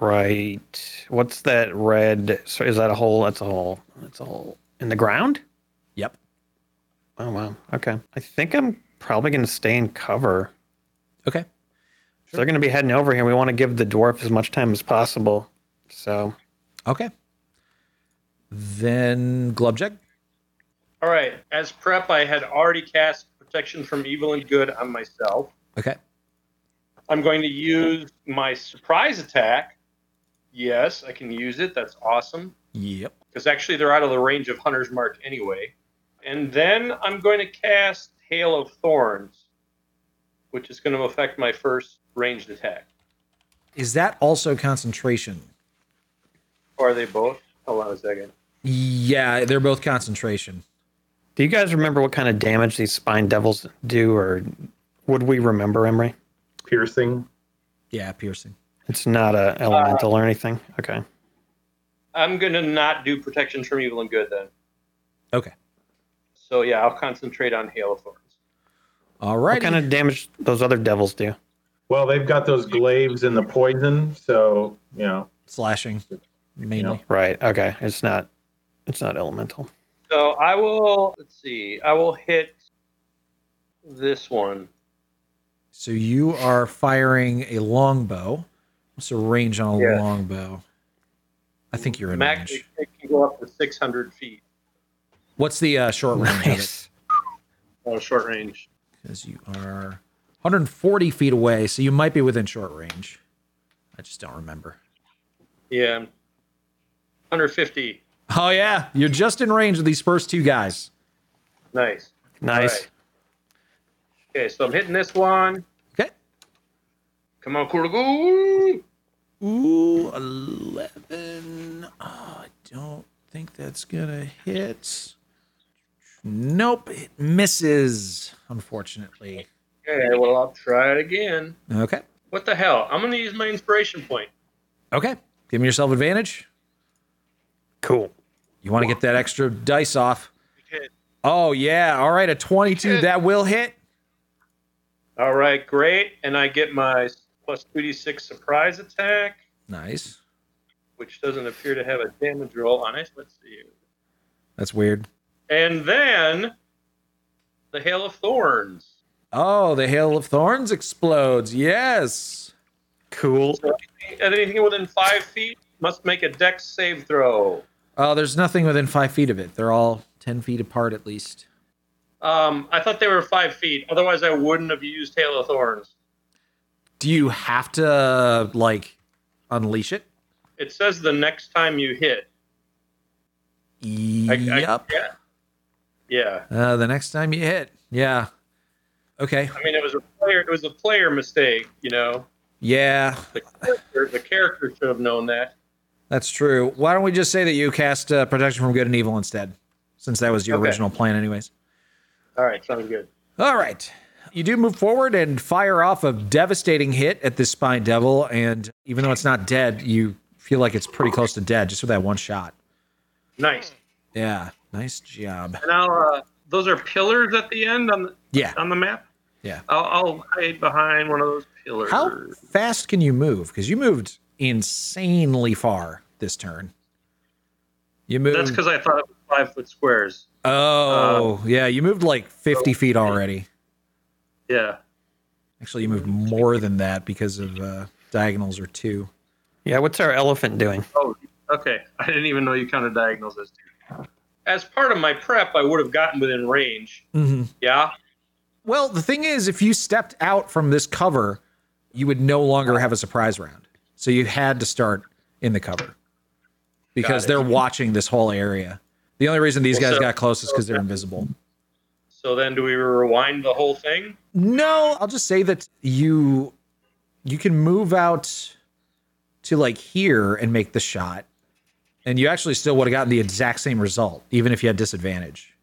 Right. What's that red? So is that a hole? That's a hole. That's a hole in the ground. yep, Oh wow. Okay. I think I'm probably going to stay in cover. okay. If They're going to be heading over here. We want to give the dwarf as much time as possible. So Okay. Then Glubjeg. All right. As prep, I had already cast protection from evil and good on myself. Okay. I'm going to use my surprise attack. Yes, I can use it. That's awesome. Yep. Because actually, they're out of the range of Hunter's Mark anyway. And then I'm going to cast Hail of Thorns, which is going to affect my first ranged attack. Is that also concentration? Or are they both? Hold on a second. Yeah, they're both concentration. Do you guys remember what kind of damage these spine devils do, or would we remember, Emery? Piercing. Yeah, piercing. It's not a elemental or anything. Okay. I'm going to not do protection from evil and good then. Okay. So yeah, I'll concentrate on Hail of Thorns. All right. What kind of damage those other devils do? Well, they've got those glaives and the poison, so you know. slashing mainly. Right. Okay. It's not. It's not elemental. So I will let's see. I will hit this one. So you are firing a longbow. What's the range on a Yeah. longbow? I think you're in Max range. it can go up to six hundred feet. What's the uh, short range of it? Oh, short range. Because you are 140 feet away, so you might be within short range. I just don't remember. Yeah, hundred fifty. Oh yeah, you're just in range of these first two guys. Nice. Nice. Alright. Okay, so I'm hitting this one. Okay. Come on, Kurgu. Ooh, 11. Oh, I don't think that's going to hit. Nope, it misses, unfortunately. Okay, well I'll try it again. Okay. What the hell? I'm gonna use my inspiration point. Okay. Give yourself advantage. Cool. You want to get that extra dice off. hit. Oh, yeah. All right. A 22. Hit. That will hit. All right, great. And I get my plus two d six surprise attack. Nice. which doesn't appear to have a damage roll on it. Let's see. That's weird. And then the Hail of Thorns. Oh, the Hail of Thorns explodes. Yes. Cool. And anything within five feet must make a dex save throw. Oh, there's nothing within five feet of it. They're all 10 feet apart, at least. Um, I thought they were five feet. Otherwise, I wouldn't have used Hail of Thorns. Do you have to, like, unleash it? It says the next time you hit. I- I- Yep. yeah. Yeah. Uh, the next time you hit. Yeah. Okay. I mean, it was a player. It was a player mistake. You know, Yeah, the character, the character should have known that. that's true. Why don't we just say that you cast uh, protection from good and evil instead, since that was your Okay. original plan, anyways. All right, sounds good. All right. You do move forward and fire off a devastating hit at this spine devil, and even though it's not dead, you feel like it's pretty close to dead just with that one shot. Nice. Yeah. Nice job. And I'll, uh, those are pillars at the end on the, Yeah. on the map. Yeah. I'll, I'll hide behind one of those pillars. How fast can you move? Because you moved insanely far this turn. You moved. That's because I thought it was five foot squares. Oh, yeah. You moved like 50 feet already. Yeah. Actually, you moved more than that because of uh, diagonals are two. Yeah. What's our elephant doing? Oh, okay. I didn't even know you counted diagonals as two. As part of my prep, I would have gotten within range. Yeah. Well, the thing is, if you stepped out from this cover, you would no longer have a surprise round. So you had to start in the cover because it. they're watching this whole area. The only reason these Well, guys so- got close is because they're invisible. So then, do we rewind the whole thing? No, I'll just say that you you can move out to like here and make the shot. And you actually still would have gotten the exact same result, even if you had disadvantage.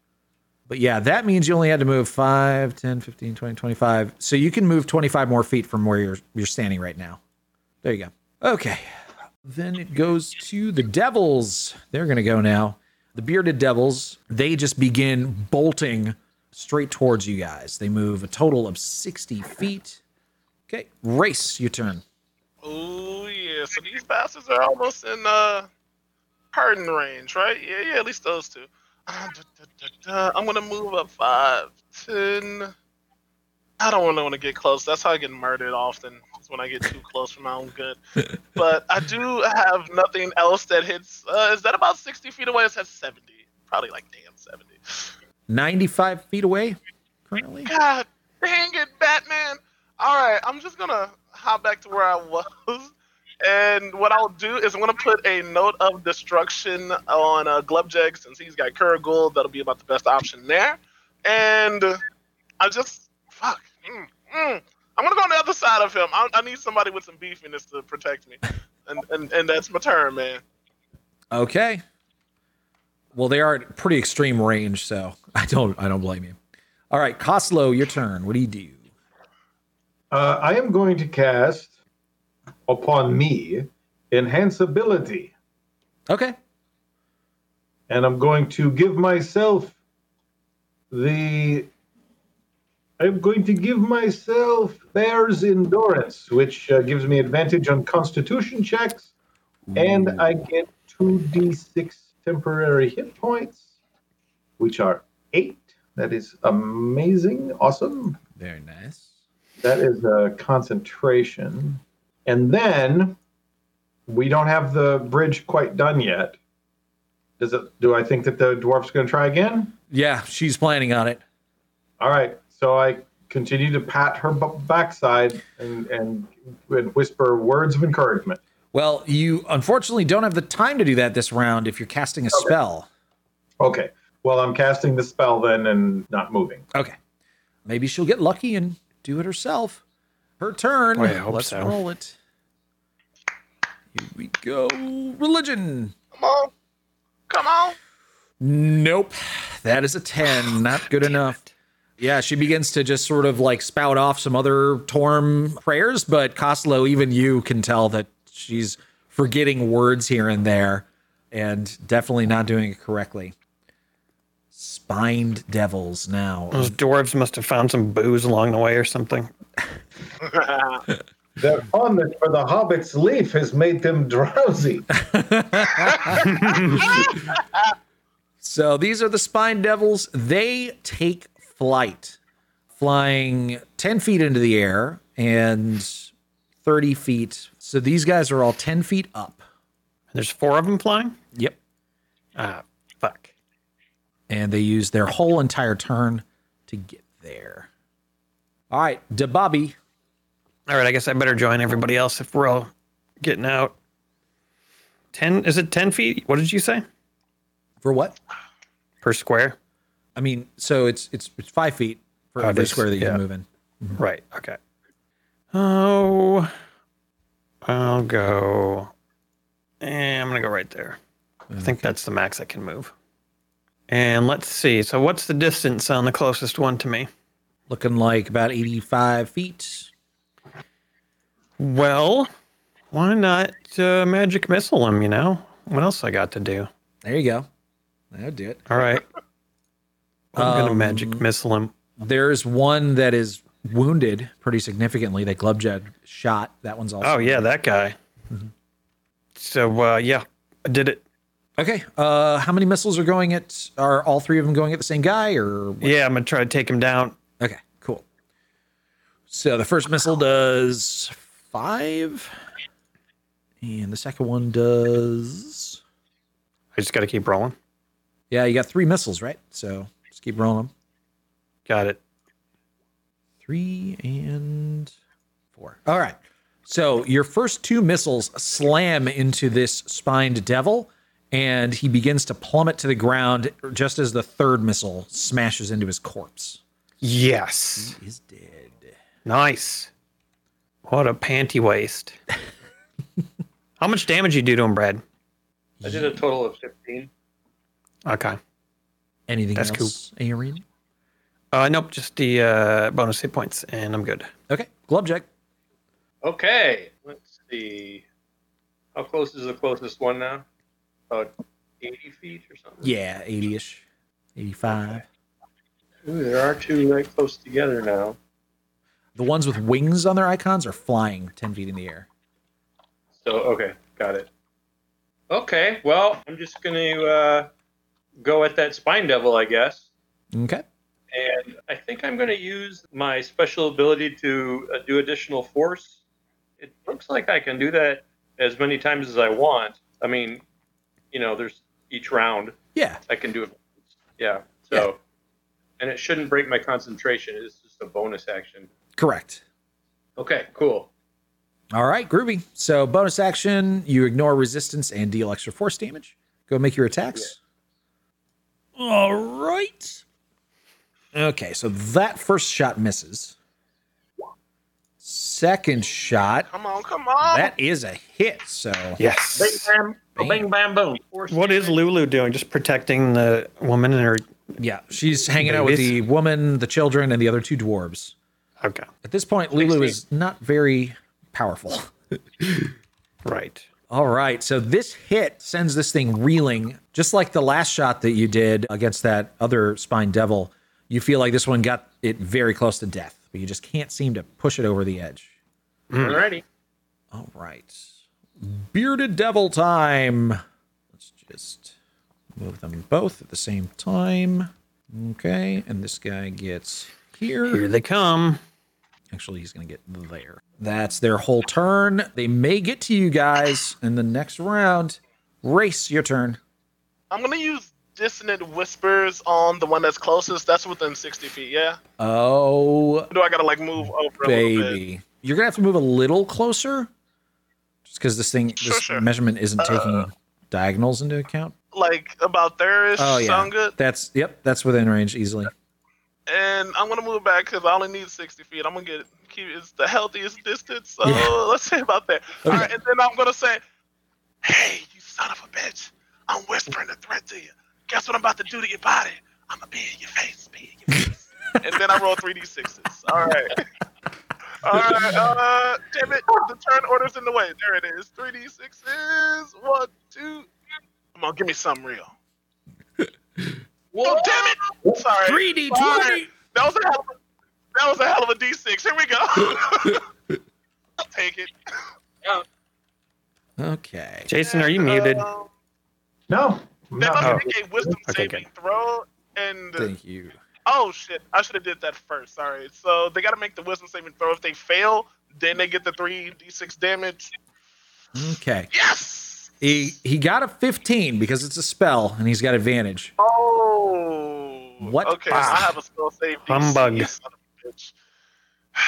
But yeah, that means you only had to move 5, 10, 15, 20, 25. So you can move 25 more feet from where you're you're standing right now. There you go. Okay. Then it goes to the devils. They're going to go now. The bearded devils, they just begin bolting straight towards you guys. They move a total of 60 feet. Okay. Race, your turn. Oh yeah, so these bastards are almost in uh pardon range, right? Yeah, yeah, at least those two. Uh, duh, duh, duh, duh. I'm gonna move up five, ten. I don't really want to get close. That's how I get murdered often. It's when I get too close for my own good. But I do have nothing else that hits. Uh, is that about sixty feet away? It's at seventy. Probably like damn seventy. 95 feet away currently. God dang it, Batman! All right, I'm just gonna hop back to where I was, and what I'll do is I'm gonna put a note of destruction on uh, Glubjeg since he's got Kuragul. That'll be about the best option there, and I just fuck. Mm, mm. I'm gonna go on the other side of him. I, I need somebody with some beefiness to protect me, and and, and that's my turn, man. Okay. Well, they are at pretty extreme range, so I don't I don't blame you. All right, Coslow, your turn. What do you do? Uh, I am going to cast upon me enhance ability, Okay. and I'm going to give myself the. I'm going to give myself Bear's Endurance, which uh, gives me advantage on Constitution checks, and I get 2d6 temporary hit points, which are eight. That is amazing. Awesome. Very nice. That is a concentration. And then we don't have the bridge quite done yet. Does it do I think that the dwarf's gonna try again? Yeah, she's planning on it. All right. So I continue to pat her b- backside and, and and whisper words of encouragement. Well, you unfortunately don't have the time to do that this round if you're casting a spell. Okay. Well, I'm casting the spell then and not moving. Okay. Maybe she'll get lucky and do it herself. Her turn. Boy, Oh, I hope Let's so. roll it. Here we go. Religion. Come on, come on. Nope. That is a 10. Not good enough. Yeah, she begins to just sort of like spout off some other Torm prayers, but Coslow, even you can tell that she's forgetting words here and there and definitely not doing it correctly. Spined devils now. Those dwarves must have found some booze along the way or something. Their fondness for the hobbit's leaf has made them drowsy. So these are the Spine Devils. They take flight, flying 10 feet into the air and 30 feet. So these guys are all 10 feet up. There's four of them flying. Yep. Ah, fuck. And they use their whole entire turn to get there. All right, Dababi. All right, I guess I better join everybody else if we're all getting out. Ten? Is it ten feet? What did you say For what? per square? I mean, so it's it's, it's five feet for Five every is- square that you yeah. can move in. Right. Okay. Oh, I'll go. And I'm gonna go right there. I think that's the max I can move. And let's see. So what's the distance on the closest one to me? Looking like about 85 feet. Well, why not uh, magic missile him? You know what else I got to do? There you go. That'll do it. All right. I'm gonna Um, magic missile him. There's one that is wounded pretty significantly that Glubjed shot. That one's also. Mm-hmm. Oh yeah, that guy. So uh, yeah, I did it. Okay. Uh, how many missiles are going at? Are all three of them going at the same guy? Or what? Yeah, I'm gonna try to take him down. okay, cool. So the first missile does five, and the second one does. I just gotta keep rolling. Yeah, you got three missiles, right? So just keep rolling them. Got it. Three and four. All right. So your first two missiles slam into this spined devil, and he begins to plummet to the ground just as the third missile smashes into his corpse. Yes. He's dead. Nice. What a panty waste. How much damage you do to him, Brad? I did a total of 15. Okay. Anything That's else, Irene? Uh, nope, just the uh, bonus hit points, and I'm good. Okay, Glubjack. Okay, let's see. How close is the closest one now? About 80 feet or something? Yeah, 80 ish, 85. Ooh, there are two right close together now. The ones with wings on their icons are flying 10 feet in the air. So, okay, got it. Okay, well, I'm just going to uh, go at that Spine Devil, I guess. Okay. And I think I'm going to use my special ability to uh, do additional force. It looks like I can do that as many times as I want. I mean, you know, there's each round Yeah. I can do it. Yeah. So, and it shouldn't break my concentration. It's just a bonus action. Correct. Okay, cool. All right, groovy. So bonus action, you ignore resistance and deal extra force damage. Go make your attacks. All right. Okay, so that first shot misses. Second shot, Come on, come on. that is a hit. So Bing Yes. bam, Bam. bing bam, boom. Force What is Lulu doing? Just protecting the woman and her. yeah, she's hanging out with the woman, the children, and the other two dwarves. Okay. At this point, Lulu is not very powerful. Right. All right. So this hit sends this thing reeling, just like the last shot that you did against that other spine devil. You feel like this one got it very close to death, but you just can't seem to push it over the edge. Mm-hmm. Alrighty. All right. Bearded devil time. Let's just move them both at the same time. Okay. And this guy gets Here they come. Actually, he's going to get there. That's their whole turn. They may get to you guys in the next round. Race, your turn. I'm gonna use dissonant whispers on the one that's closest. That's within 60 feet. Yeah. Oh, Do I gotta like move over a little bit? baby. You're going to have to move a little closer just because this thing, this Sure, sure. Uh, measurement isn't taking diagonals into account. Like about there is Oh, yeah. sound good. That's, yep, that's within range easily. And I'm gonna move back because I only need 60 feet. I'm gonna get keep it's the healthiest distance. So Yeah. let's say about that. All right, and then I'm gonna say, "Hey, you son of a bitch! I'm whispering a threat to you. Guess what I'm about to do to your body? I'm gonna be in your face, be in your face." and then I roll three d6s. All right. All right. Uh, damn it! The turn order's in the way. There it is. Three d6s. One, two. Come on, give me something real. Oh, damn it! Sorry. 3D20! That was a hell of a, that was a hell of a D6. Here we go. I'll take it. Okay. Jason, are you muted? Um, No. I'm They not. must No. make a wisdom Okay, saving throw and Thank you. oh shit, I should have did that first. Sorry. So they got to make the wisdom saving throw. If they fail, then they get the three D6 damage. Okay. Yes. He, he got a 15 because it's a spell and he's got advantage. Oh. What? Okay, Ah. I have a spell save. DC, Humbug. you son of a bitch.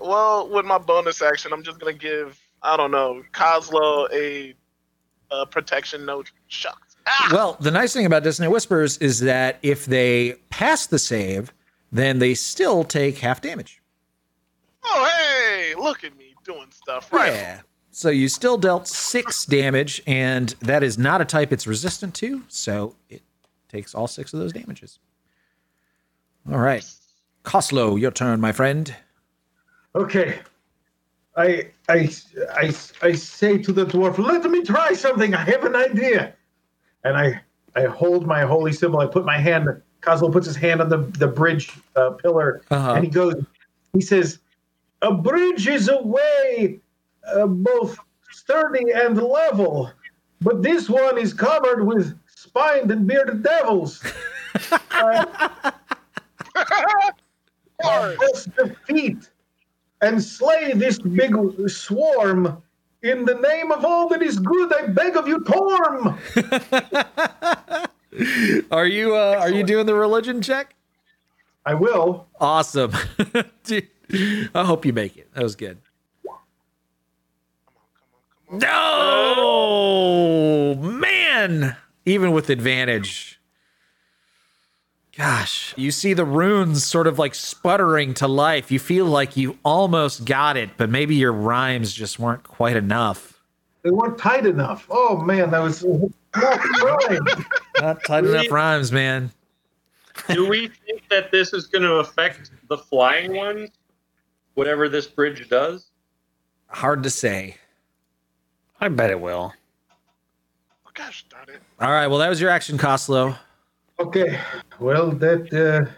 Well, with my bonus action, I'm just gonna give I don't know Coslo a, a protection note. Shucks. Ah! Well, the nice thing about Dissonant Whispers is that if they pass the save, then they still take half damage. Oh hey, look at me doing stuff right. Yeah. So you still dealt six damage, and that is not a type it's resistant to, so it takes all six of those damages. All right. Coslow, your turn, my friend. Okay. I, I, I, I say to the dwarf, let me try something. I have an idea. And I, I hold my holy symbol. I put my hand, Cosmo puts his hand on the, the bridge uh, pillar Uh-huh. and he goes, he says, a bridge is a way uh, both sturdy and level, but this one is covered with spined and bearded devils. Uh, Alright. Let's defeat and slay this big swarm in the name of all that is good. I beg of you, Torm. Are you uh, are you doing the religion check? I will. Awesome. Dude, I hope you make it. That was good. No, man. Even with advantage. Gosh, you see the runes sort of like sputtering to life. You feel like you almost got it, but maybe your rhymes just weren't quite enough. They weren't tight enough. Oh man, that was not right. Not tight enough rhymes, man. Do we think that this is going to affect the flying ones? Whatever this bridge does? Hard to say. I bet it will. Oh, gosh darn it. All right. Well, that was your action, Coslow. Okay. Well, that.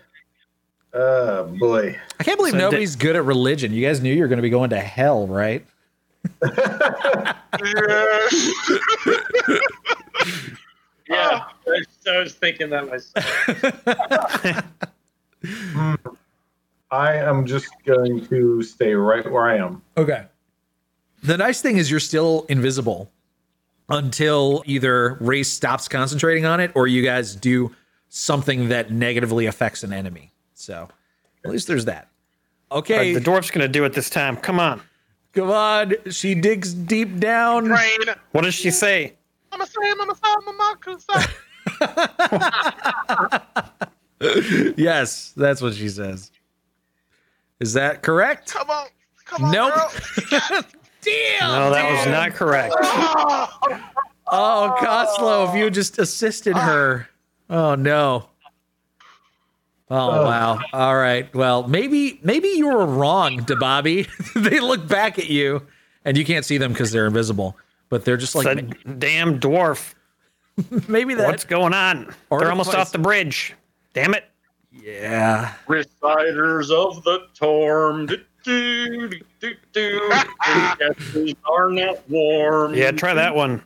Uh, uh, boy. I can't believe So did- nobody's good at religion. You guys knew you were going to be going to hell, right? Yeah. Yeah, Ah, I was- I was thinking that myself. I am just going to stay right where I am. Okay. The nice thing is you're still invisible until either race stops concentrating on it or you guys do something that negatively affects an enemy. So at least there's that. All Okay, right, the dwarf's gonna do it this time. Come on. come on. She digs deep down. Rain. What does she say? I'm a Sam, I'm a Sam, I'm a Kusa. Yes, that's what she says. Is that correct? Come on. Come on, Nope. girl. Damn. No, that was not correct. Ah, Oh, Ah. Coslow, if you just assisted her. Oh no. Oh wow. All right. Well, maybe maybe you were wrong, DeBobby. they look back at you and you can't see them because they're invisible. But they're just like The ma- damn dwarf. maybe that What's going on? They're almost Artifice. off the bridge. Damn it. Yeah. Reciters of the Torm. Do, do, do, do, do. The chasers are not warm. Yeah, try that one.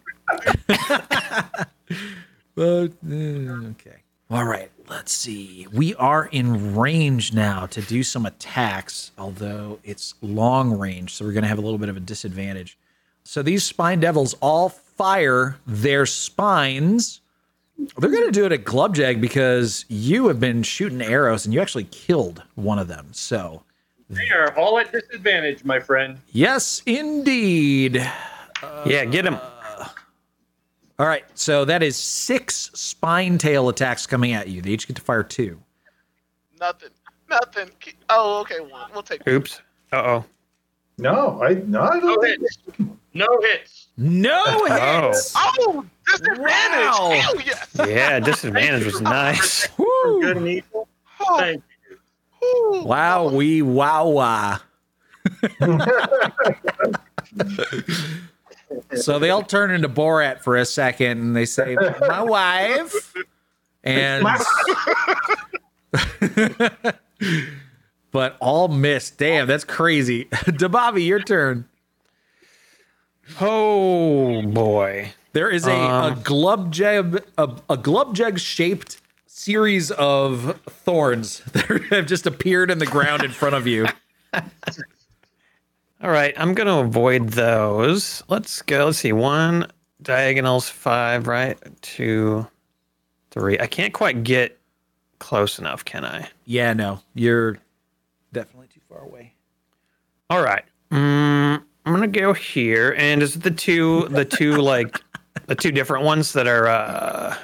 But, mm, okay. All right. Let's see. We are in range now to do some attacks, although it's long range, so we're going to have a little bit of a disadvantage. So these spine devils all fire their spines. They're going to do it at Glubjag because you have been shooting arrows and you actually killed one of them. So, They are all at disadvantage, my friend. yes, indeed. Yeah, get him. All right, so that is six spine tail attacks coming at you. They each get to fire two. nothing. Nothing. Ki- Oh, okay. One. We'll take Oops. Uh oh. No, I no, I don't No think hits. No hits. No Oh. hits. Oh, disadvantage. Wow. Hell yes. Yeah, disadvantage was nice. Woo. Good and evil. Oh, Thank you. ooh. Wow, we wow wow. so they all turn into Borat for a second, and they say, "My wife," and but all missed. Damn, that's crazy. Dabavi, your turn. Oh boy. There is a a Um. glubjeg a, a glubjeg shaped series of thorns that have just appeared in the ground in front of you. All right, I'm gonna avoid those. Let's go. Let's see. One diagonals five, right? Two, three. I can't quite get close enough, can I? Yeah, no, you're definitely too far away. All right. Mm, I'm gonna go here. And is it the two the two like the two different ones that are uh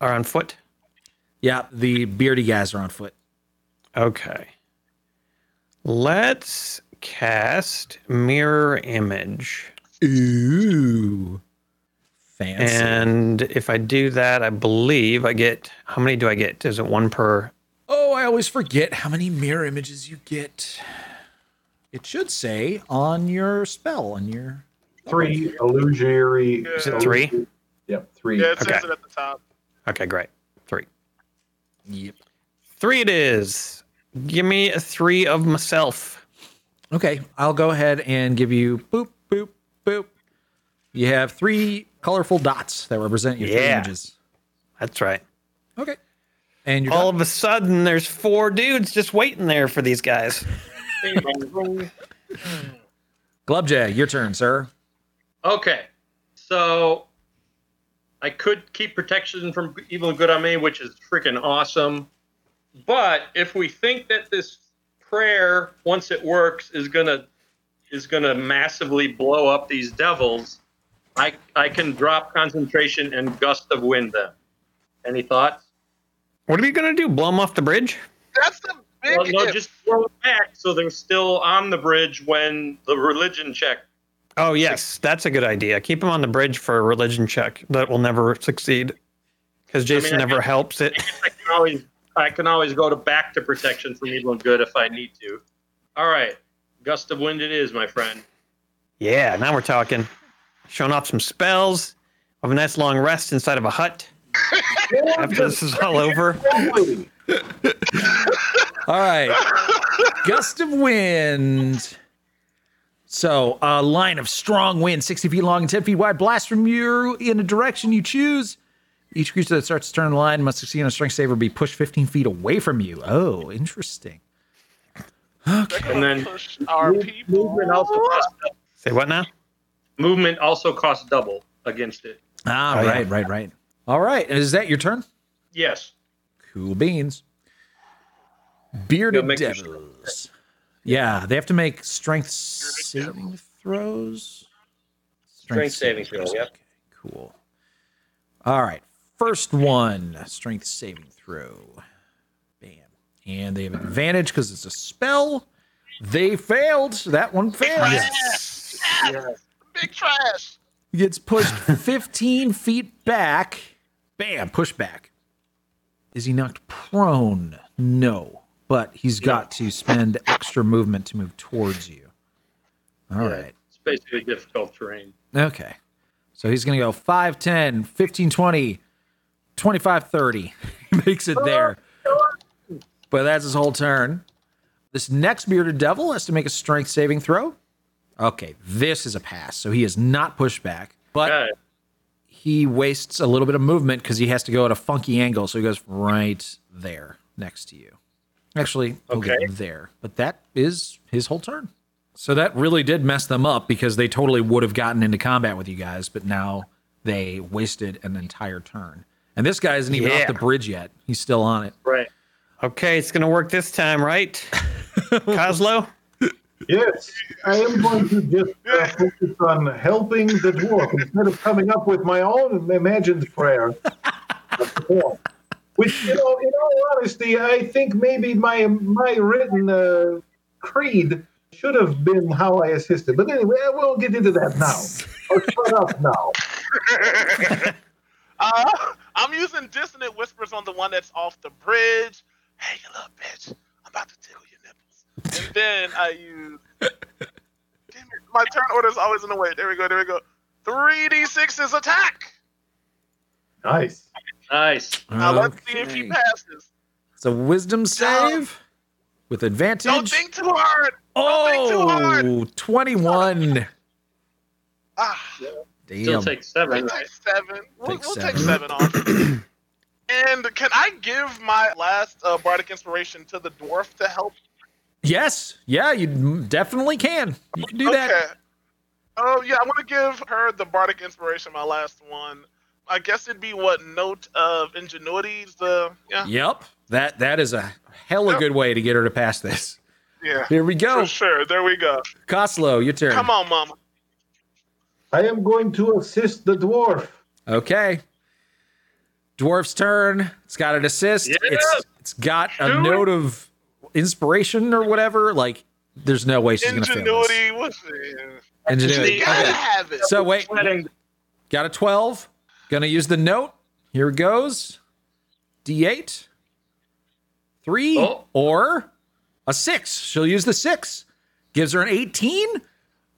are on foot? Yeah, the beardy guys are on foot. Okay. Let's cast mirror image. Ooh, fancy. And if I do that, I believe I get how many do I get? Is it one per? oh, I always forget how many mirror images you get. It should say on your spell on your. three illusory. Is it three? illusory- Yep, three. Yeah, it Okay. says it at the top. Okay, great. Three. Yep. Three it is. Give me a three of myself. Okay, I'll go ahead and give you boop boop boop. You have three colorful dots that represent your three Yeah. images. That's right. Okay, and you're All done. of a sudden, there's four dudes just waiting there for these guys. Glubjag, your turn, sir. Okay. So I could keep protection from evil and good on me, which is freaking awesome. But if we think that this prayer, once it works, is gonna is gonna massively blow up these devils, I I can drop concentration and gust of wind them. Any thoughts? What are you gonna do? Blow them off the bridge? That's the big Well, no, if. just blow it back so they're still on the bridge when the religion check. Oh yes, that's a good idea. Keep them on the bridge for a religion check that will never succeed because Jason I never guess- helps it. I can always I can always go to back to protection from evil and good if I need to. All right, gust of wind it is, my friend. Yeah, now we're talking. Showing off some spells. Have a nice long rest inside of a hut after this is all over. All right. Gust of wind. So, a line of strong wind, 60 feet long and 10 feet wide, blasts from you in a direction you choose. Each creature that starts to turn the line must succeed on a strength save or be pushed 15 feet away from you. Oh, interesting. And then Push our people. movement also costs, Say what now? movement also costs double against it. Ah, Oh, yeah. right, right, right. All right. Is that your turn? Yes. Cool beans. Bearded make your devils. Yeah, they have to make strength saving throws. Strength saving throw, yep. Okay, cool. All right. First one, strength saving throw. Bam. And they have advantage because it's a spell. They failed. That one failed. Big trash. Gets pushed 15 feet back. Bam, push back. Is he knocked prone? No, but he's got to spend extra movement to move towards you. All right. It's basically difficult terrain. Okay. So he's going to go 5, 10, 15, 20, 25, 30. Makes it there. But that's his whole turn. This next bearded devil has to make a strength saving throw. Okay, this is a pass. So he is not pushed back, but Okay. he wastes a little bit of movement because he has to go at a funky angle. So he goes right there next to you. Actually, okay, Okay. there. But that is his whole turn. So that really did mess them up because they totally would have gotten into combat with you guys, but now they wasted an entire turn. And this guy isn't even Yeah. off the bridge yet. He's still on it. Right. Okay, it's gonna work this time, right? Coslo? Yes, I am going to just uh, focus on helping the dwarf instead of coming up with my own imagined prayer. Which, you know, in all honesty, I think maybe my my written uh, creed should have been how I assisted. But anyway, I won't get into that now. I'll shut up now. Uh, I'm using dissonant whispers on the one that's off the bridge. Hey, you little bitch, I'm about to tickle your nipples. And then I use. Damn it, my turn order is always in the way. There we go, there we go. 3d6's attack. Nice. Nice. Now Um, let's see if he passes. It's a wisdom save with advantage. Don't think too hard. don't think too hard. oh, 21. Ah, Still Damn. take we'll seven. take seven. We'll Take we'll seven. take seven off. and can I give my last uh, bardic inspiration to the dwarf to help Yes. Yeah, you definitely can. You can do that. Oh yeah, I want to give her the bardic inspiration. My last one. I guess it'd be what note of ingenuity? The yeah, Yep. That that is a hella good way to get her to pass this. yeah. Here we go. For sure. There we go. Coslow, your turn. Come on, mama. I am going to assist the dwarf. Okay. Dwarf's turn. It's got an assist. It's it's got a Do it. note of inspiration or whatever. Like there's no way she's gonna fail. This. Ingenuity. What's it? Ingenuity. They gotta Okay. have it. So wait, Wedding. got a 12. Gonna use the note. Here goes. D8. Three Oh. or a six. She'll use the six. Gives her an 18.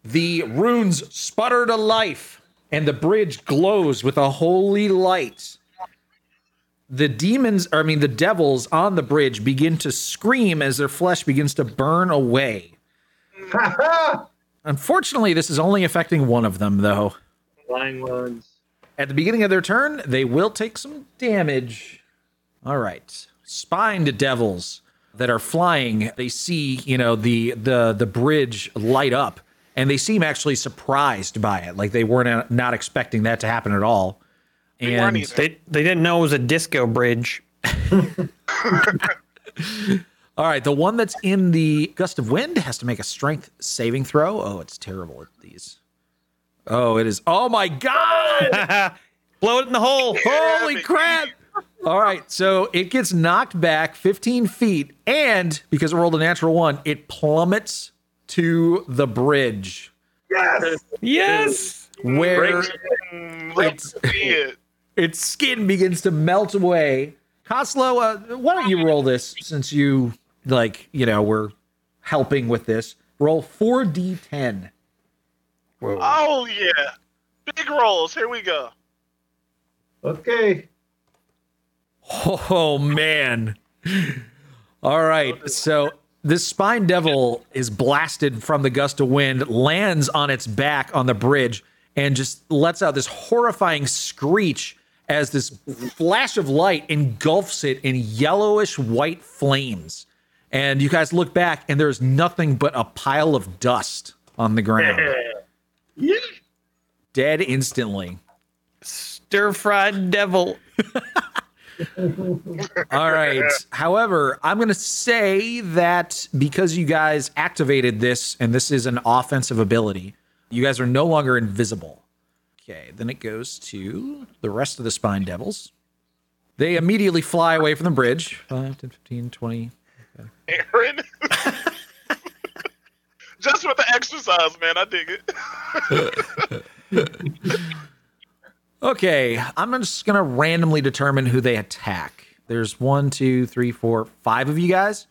The runes sputter to life, and the bridge glows with a holy light. The demons, or I mean, the devils on the bridge begin to scream as their flesh begins to burn away. Unfortunately, this is only affecting one of them, though. Flying ones. At the beginning of their turn, they will take some damage. All right. Spined devils that are flying, they see, you know, the the the bridge light up and they seem actually surprised by it. Like they weren't not expecting that to happen at all. weren't And either. They they didn't know it was a disco bridge. all right, the one that's in the gust of wind has to make a strength saving throw. Oh, it's terrible at these. Oh, it is. Oh my god. Blow it in the hole. Holy crap! All right, so it gets knocked back 15 feet, and because it rolled a natural one, it plummets to the bridge Yes. where Breaks. Mm, let's see it. its skin begins to melt away Koslo, uh, why don't you roll this since you like you know we're helping with this? Roll four d10. Oh yeah, big rolls. Here we go. Okay. Oh man. All right. So this spine devil is blasted from the gust of wind, lands on its back on the bridge, and just lets out this horrifying screech as this flash of light engulfs it in yellowish white flames. And you guys look back, and there's nothing but a pile of dust on the ground. Dead instantly. Stir fried devil. All right. However, I'm going to say that because you guys activated this and this is an offensive ability, you guys are no longer invisible. Okay. Then it goes to the rest of the Spine Devils. They immediately fly away from the bridge. 5, 10, 15, 20. Aaron. Just with the exercise, man. I dig it. Okay. I'm just going to randomly determine who they attack. There's one, two, three, four, five of you guys.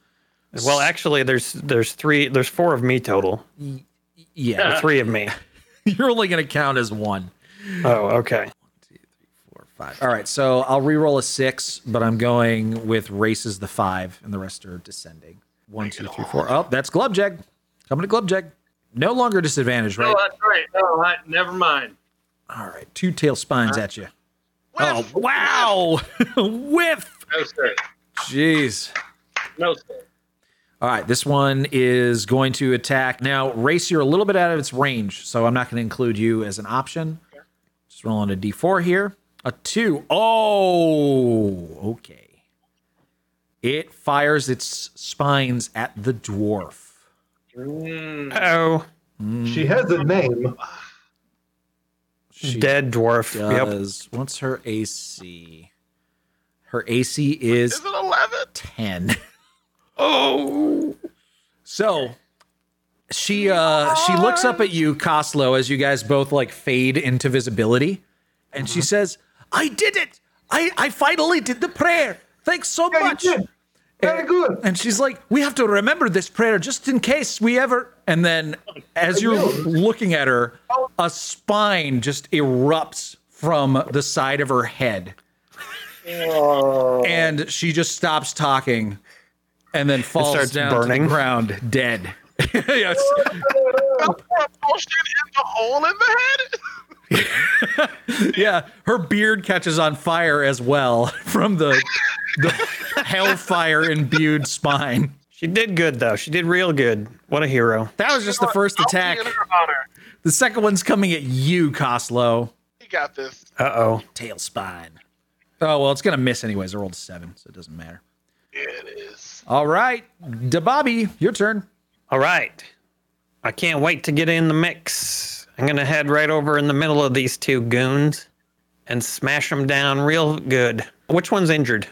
Well, actually, there's there's three there's four of me total. Yeah. Or three of me. You're only going to count as one. Oh, okay. All right, so I'll re-roll a six, but I'm going with races the five, and the rest are descending. One, two, three, four. Oh, that's Glubjeg. Coming to Glubjeg. No longer disadvantaged, No, right? Oh, that's right. No, I, never mind. All right, two tail spines at you. Oh, Whiff. wow! Whiff! No sir. Jeez. No sir. All right, this one is going to attack. Now, race, you're a little bit out of its range, so I'm not going to include you as an option. Just rolling a d4 here. A two. Oh, okay. It fires its spines at the dwarf. Mm. Oh, She has a name. She dead dwarf. Yep. does. What's her AC? Her AC is Is it eleven? 10. Oh. So she uh she looks up at you, Coslow, as you guys both like fade into visibility, and she says, I did it! I, I finally did the prayer. Thanks so Yeah, you much. did. Very good. And she's like, We have to remember this prayer just in case we ever and then as you're looking at her, a spine just erupts from the side of her head and she just stops talking and then falls starts down to burning. the ground dead. yes. Got more motion in the hole in the head. Yeah. Her beard catches on fire as well from the, the hellfire imbued spine. She did good though. She did real good. What a hero. That was just the first I'll be attack. in her honor. The second one's coming at you, Coslow. He got this. Uh oh. Tail spine. Oh, well, it's going to miss anyways. I rolled a seven, so it doesn't matter. Yeah, it is. All right. Dababi, your turn. All right. I can't wait to get in the mix. I'm going to head right over in the middle of these two goons and smash them down real good. Which one's injured?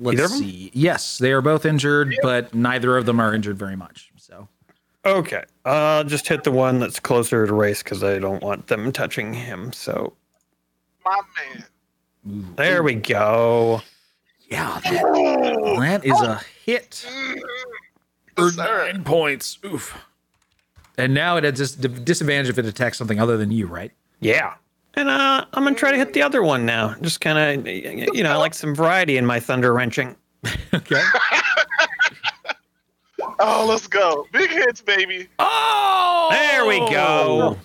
Let's Either of 'em? see. Yes, they are both injured, but neither of them are injured very much. So Okay. Uh, just hit the one that's closer to race because I don't want them touching him. So My man. there we go. Yeah, that, that is a hit. Yes, sir. points. Oof. And now it has dis- disadvantage if it attacks something other than you, right? Yeah. And uh, I'm going to try to hit the other one now. Just kind of, you know, I like some variety in my thunder wrenching. Okay. Oh, let's go. Big hits, baby. oh, There we go.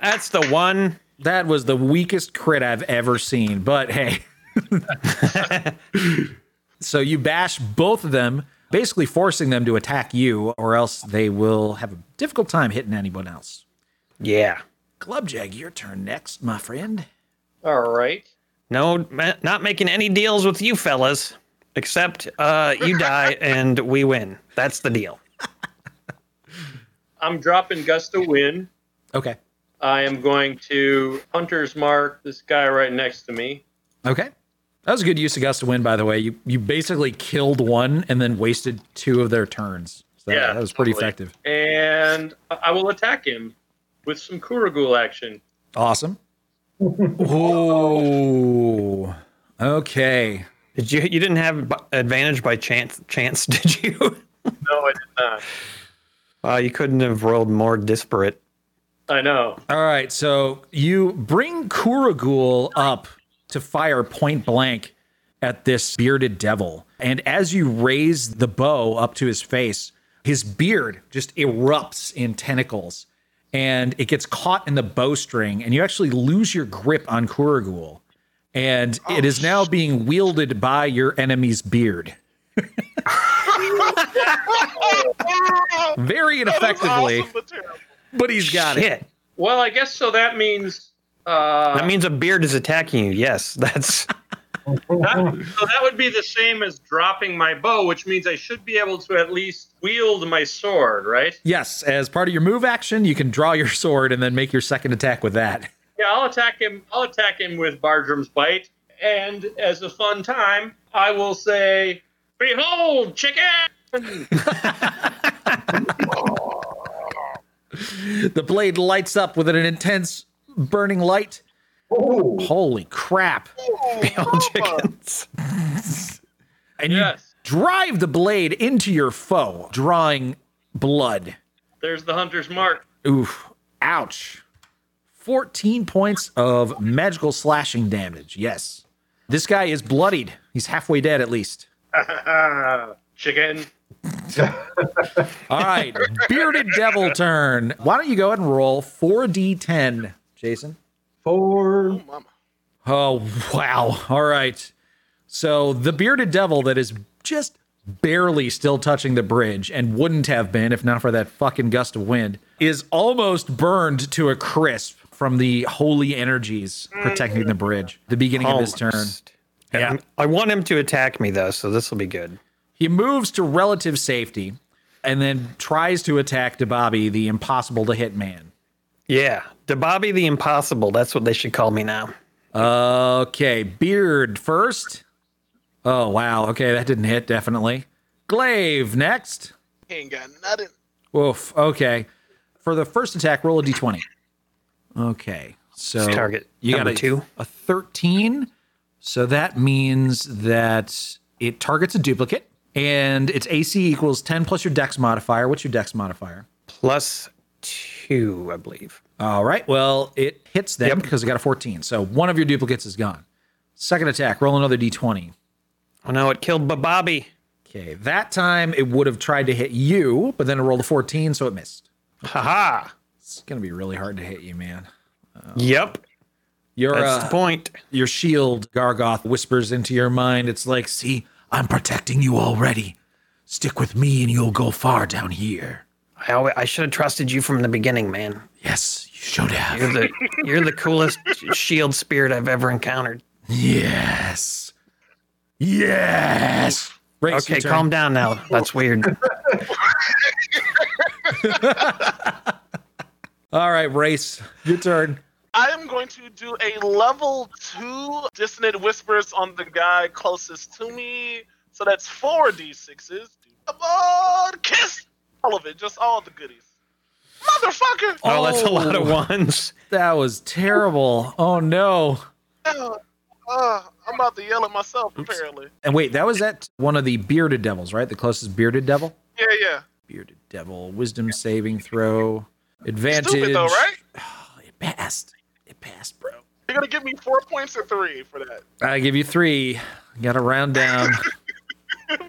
That's the one. That was the weakest crit I've ever seen. But hey. so you bash both of them, basically forcing them to attack you, or else they will have a difficult time hitting anyone else. Yeah. Glubjag, your turn next, my friend. All right. No, ma- not making any deals with you fellas, except uh, you die and we win. That's the deal. I'm dropping gust of wind. Okay. I am going to hunter's mark this guy right next to me. Okay. That was a good use of gust of wind, by the way. You you basically killed one and then wasted two of their turns. So that, Yeah, that was pretty totally. effective. and I will attack him with some Kuragul action. Awesome. oh. Okay. Did you? You didn't have b- advantage by chance, chance, did you? No, I did not. Wow, you couldn't have rolled more disparate. I know. All right, so you bring Kuragul up to fire point blank at this bearded devil. And as you raise the bow up to his face, his beard just erupts in tentacles and it gets caught in the bowstring. And you actually lose your grip on Kuragul. And it Oh, is now being wielded by your enemy's beard very ineffectively, Awesome, but terrible. but he's got it. Shit. Well, I guess so. That means. Uh, That means a beard is attacking you. Yes, that's that, so that would be the same as dropping my bow, which means I should be able to at least wield my sword, right? Yes, as part of your move action, you can draw your sword and then make your second attack with that. Yeah, I'll attack him. I'll attack him with Bardrum's bite, and as a fun time, I will say, "Behold, chicken!" The blade lights up with an intense burning light. Holy crap. Beyond chickens. And Yes, you drive the blade into your foe, drawing blood. there's the hunter's mark. Oof. Ouch. 14 points of magical slashing damage. Yes. This guy is bloodied. He's halfway dead at least. Chicken. All right. Bearded devil turn. Why don't you go ahead and roll 4d10, Jason? Four. Oh, wow. All right. So the bearded devil that is just barely still touching the bridge and wouldn't have been if not for that fucking gust of wind is almost burned to a crisp from the holy energies protecting the bridge. The beginning of his Almost. turn. Yeah. I want him to attack me though, so this will be good. He moves to relative safety and then tries to attack Debabi, the impossible to hit man. Yeah, the Bobby the Impossible. That's what they should call me now. Okay, beard first. Oh wow. Okay, that didn't hit definitely. Glaive next. He ain't got nothing. Woof. Okay. For the first attack, roll a d20. Okay. So Target Oh. you got number a two. a 13. So that means that it targets a duplicate and its AC equals 10 plus your dex modifier. What's your dex modifier? Plus two, I believe. All right. Well, it hits them Yep. because it got a 14. So one of your duplicates is gone. Second attack, roll another d20. Oh no, it killed Bobby. Okay. That time it would have tried to hit you, but then it rolled a 14, so it missed. Haha. It's going to be really hard to hit you, man. Yep. You're That's uh, the point. your shield, Gargoth whispers into your mind. It's like, see, See, I'm protecting you already. Stick with me and you'll go far down here. I, always, I should have trusted you from the beginning, man. Yes, you should You're have. the you're the coolest shield spirit I've ever encountered. Yes. Yes. Race, Okay, calm down now. That's weird. All right, Race, your turn. I am going to do a level two dissonant whispers on the guy closest to me. So that's four d6s. Come on, kiss all of it, just all the goodies. Motherfucker! Oh, that's a lot of ones. That was terrible. Oh no. Uh, uh, I'm about to yell at myself. Apparently, And wait, that was at one of the bearded devils, right? The closest bearded devil. yeah, yeah. Bearded devil, wisdom saving throw, advantage. Stupid though, right? It passed. It passed, bro. You're gonna give me four points or three for that. I give you three. Got to round down.